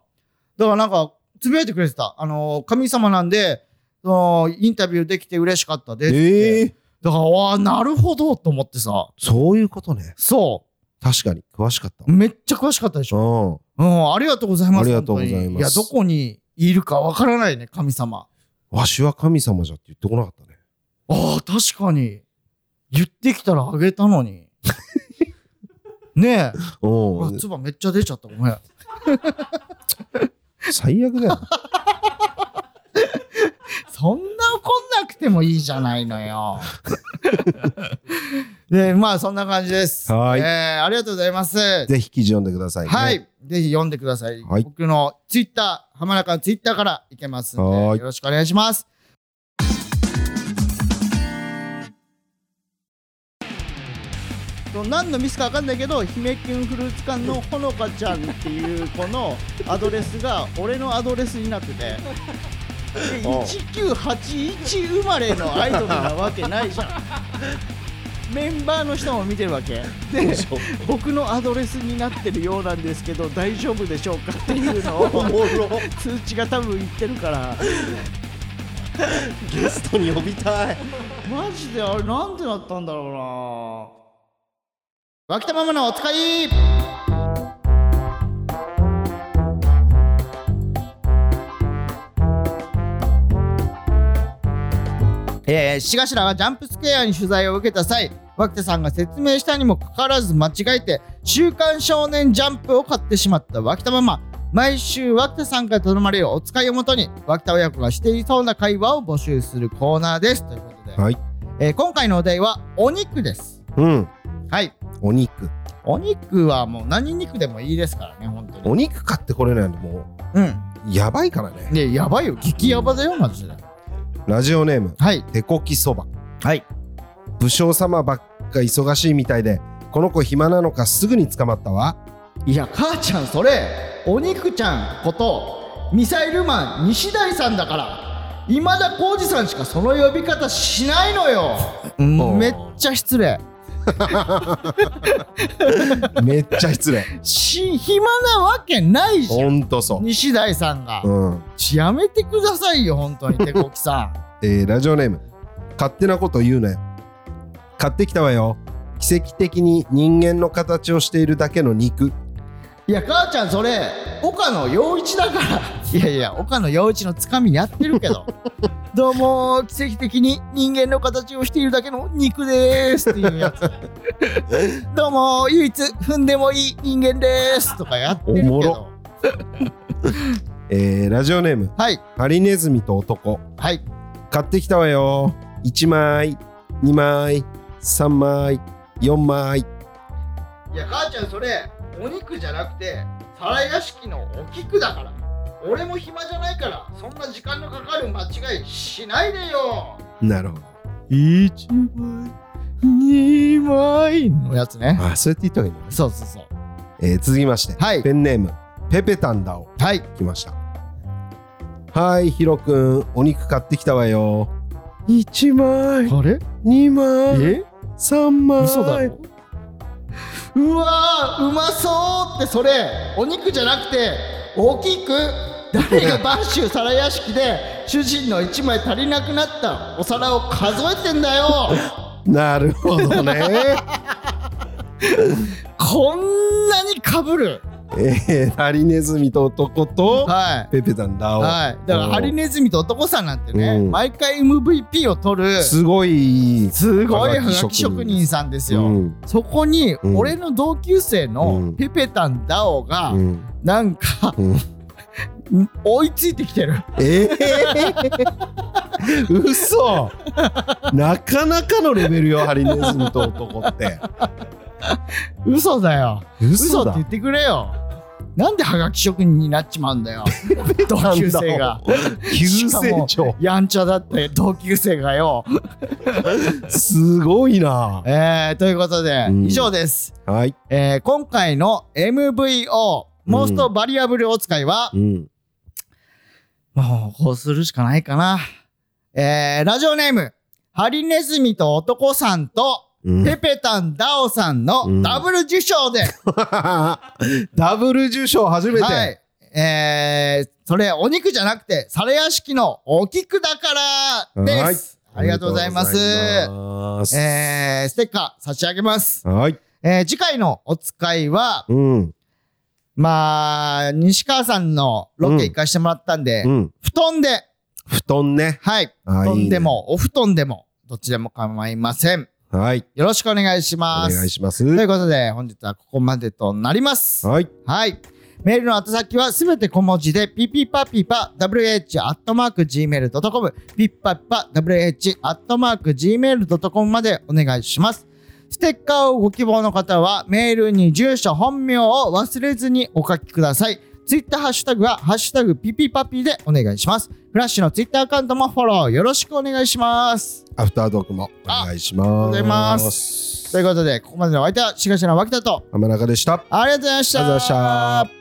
Speaker 1: だからなんか、つぶやいてくれてた。あのー神様なんで、そのインタビューできて嬉しかったですって。
Speaker 2: ええ。
Speaker 1: だから、わあ、なるほどと思ってさ。
Speaker 2: そういうことね。
Speaker 1: そう。
Speaker 2: 確かに、詳しかった。
Speaker 1: めっちゃ詳しかったでしょ。
Speaker 2: うん。
Speaker 1: うん、ありがとうございます。
Speaker 2: ありがとうございます
Speaker 1: 本当にいや、どこにいるかわからないね、神様。
Speaker 2: わしは神様じゃって言ってこなかったね。
Speaker 1: ああ、確かに。言ってきたらあげたの に。ねえ。うわ
Speaker 2: うん。
Speaker 1: 唾めっちゃ出ちゃった、ごめん。
Speaker 2: 最悪 だよ。
Speaker 1: そんな怒んなくてもいいじゃないの よ。で、まあそんな感じです。
Speaker 2: はい
Speaker 1: えーありがとうございます。
Speaker 2: ぜひ記事読んでくださいね。
Speaker 1: は。い。ぜひ読んでください。
Speaker 2: はい
Speaker 1: 僕のツイッター、浜中のツイッターからいけますん
Speaker 2: は
Speaker 1: で、
Speaker 2: い
Speaker 1: よろしくお願いします。何のミスか分かんないけど姫キュンフルーツ館のほのかちゃんっていう子のアドレスが俺のアドレスにな っててで
Speaker 2: おう
Speaker 1: 1981生まれのアイドルなわけないじゃんメンバーの人も見てるわけで僕のアドレスになってるようなんですけど大丈夫でしょうかっていうのを通知が多分言ってるから
Speaker 3: ゲストに呼びたい
Speaker 1: マジであれなんでなったんだろうな脇田ママのお使いえー、志頭がジャンプスクエアに取材を受けた際脇田さんが説明したにもかかわらず間違えて「週刊少年ジャンプ」を買ってしまった脇田ママ毎週脇田さんから頼まれるお使いをもとに脇田親子がしていそうな会話を募集するコーナーですということで、
Speaker 2: はい
Speaker 1: えー今回のお題は「お肉」です
Speaker 2: うん。
Speaker 1: はい
Speaker 2: お肉。
Speaker 1: お肉はもう何肉でもいいですからね本当に
Speaker 2: お肉買ってこれないのも
Speaker 1: うん
Speaker 2: う、やばいからね。
Speaker 1: ねやばいよ激ヤバだよマジで
Speaker 2: ラジオネーム、
Speaker 1: はい
Speaker 2: 手こきそば。
Speaker 1: はい
Speaker 2: 武将様ばっか忙しいみたいで、この子暇なのかすぐに捕まったわ。
Speaker 1: いや母ちゃんそれお肉ちゃんことミサイルマン西大さんだから今田耕司さんしかその呼び方しないのよ、
Speaker 2: ん
Speaker 1: めっちゃ失礼
Speaker 2: めっちゃ 失礼。
Speaker 1: し暇なわけないじゃ
Speaker 2: ほ
Speaker 1: ん
Speaker 2: んとそ
Speaker 1: 西大さんが
Speaker 2: う。、うん。
Speaker 1: やめてくださいよ本当に手こきさん
Speaker 2: えーラジオネーム勝手なこと言うなよ買ってきたわよ奇跡的に人間の形をしているだけの肉
Speaker 1: いや母ちゃんそれ岡野陽一 だからいやいや岡野陽一のつかみやってるけどどうも奇跡的に人間の形をしているだけの肉でーすっていうや つどうも唯一踏んでもいい人間でーすとかやってるけ
Speaker 2: おも
Speaker 1: ど
Speaker 2: ろえーラジオネーム
Speaker 1: はい
Speaker 2: ハリネズミと男
Speaker 1: はい
Speaker 2: 買ってきたわよ1枚2枚3枚4枚
Speaker 1: いや母ちゃんそれお肉じゃなくて皿屋敷のお菊だから俺も暇じゃないからそんな時間のかかる間違いしないでよ
Speaker 2: なるほど
Speaker 1: 1枚2枚のやつね
Speaker 2: あそうやって言った方がいいのね、
Speaker 1: そうそうそう
Speaker 2: えー続きまして、
Speaker 1: はい
Speaker 2: ペンネームペペタンダオ
Speaker 1: はい
Speaker 2: 来ましたはいヒロくんお肉買ってきたわよ1枚
Speaker 1: あれ
Speaker 2: 2枚
Speaker 1: え
Speaker 2: 3枚
Speaker 1: 嘘だろうわーうまそうってそれお肉じゃなくて大きく誰が播州皿屋敷で主人の1枚足りなくなったお皿を数えてんだよ
Speaker 2: なるほどね
Speaker 1: こんなにかぶる
Speaker 2: えー、ハリネズミと男と
Speaker 1: は
Speaker 2: ペペタンダ
Speaker 1: い
Speaker 2: オ、
Speaker 1: はいだからハリネズミと男さんなんてね、
Speaker 2: うん
Speaker 1: 毎回 MVP を取るす
Speaker 2: すごい
Speaker 1: ごい
Speaker 2: は
Speaker 1: は
Speaker 2: が
Speaker 1: が
Speaker 2: き
Speaker 1: き
Speaker 2: 職
Speaker 1: 職
Speaker 2: 人
Speaker 1: 人さんですよ、
Speaker 2: うん
Speaker 1: そこに
Speaker 2: ん
Speaker 1: 俺の同級生
Speaker 2: う
Speaker 1: の
Speaker 2: ん
Speaker 1: ペペタンダオが
Speaker 2: うん
Speaker 1: なんか、
Speaker 2: うん
Speaker 1: 追いついてきてる
Speaker 2: えー、嘘なかなかのレベルよハリネズミと男って
Speaker 1: 嘘だよ嘘
Speaker 2: 嘘
Speaker 1: って
Speaker 2: だ
Speaker 1: 言ってくれよなんではがき職人になっちまうんだよ同級生が
Speaker 2: 急成
Speaker 1: しか
Speaker 2: 長
Speaker 1: もやんちゃだって同級生がよ
Speaker 2: すごいな
Speaker 1: えー、ということで、
Speaker 2: うん
Speaker 1: 以上です
Speaker 2: はい、
Speaker 1: えー今回の MVO、モーストバリアブルお使いは、
Speaker 2: うん、
Speaker 1: もうこうするしかないかな。えーラジオネーム、ハリネズミと男さんと、
Speaker 2: うん
Speaker 1: ペペタンダオさん
Speaker 2: うん
Speaker 1: のダブル受賞で、
Speaker 2: ダブル受賞初めて、
Speaker 1: はい。えーそれ、お肉じゃなくて、皿屋敷のお菊だからです。ありがとうございます。
Speaker 2: ありがとうございます
Speaker 1: えーステッカー差し上げます。
Speaker 2: はい
Speaker 1: ええー次回のお使いは、
Speaker 2: うん。
Speaker 1: まあ、西川さんのロケ行かしてもらったんで、
Speaker 2: うん。
Speaker 1: 布団で、
Speaker 2: 布団ね。
Speaker 1: はい、
Speaker 2: あ
Speaker 1: 布
Speaker 2: ー
Speaker 1: 団で。
Speaker 2: いいね
Speaker 1: も、お布団でも、どっちでも構いません。
Speaker 2: はい。
Speaker 1: よろしくお願いし
Speaker 2: お
Speaker 1: ます。
Speaker 2: 願いします。
Speaker 1: ということで、本日はここまでとなります。
Speaker 2: はい。
Speaker 1: はい。メールの宛先はすべて小文字で、ピピパピパ wh.gmail.com、ピッパピパ wh.gmail.com までお願いします。ステッカーをご希望の方は、メールに住所、本名を忘れずにお書きください。ツイッターハッシュタグは、ハッシュタグピピパピでお願いします。フラッシュのツイッターアカウントもフォローよろしくお願いします。
Speaker 2: アフタードークもお願いします。ありがと。
Speaker 1: ありがとうございますということで、ここまでのお相手は、しがしの脇田と、
Speaker 2: 浜中でした。
Speaker 1: ありがとうございました。
Speaker 2: ありがとうございました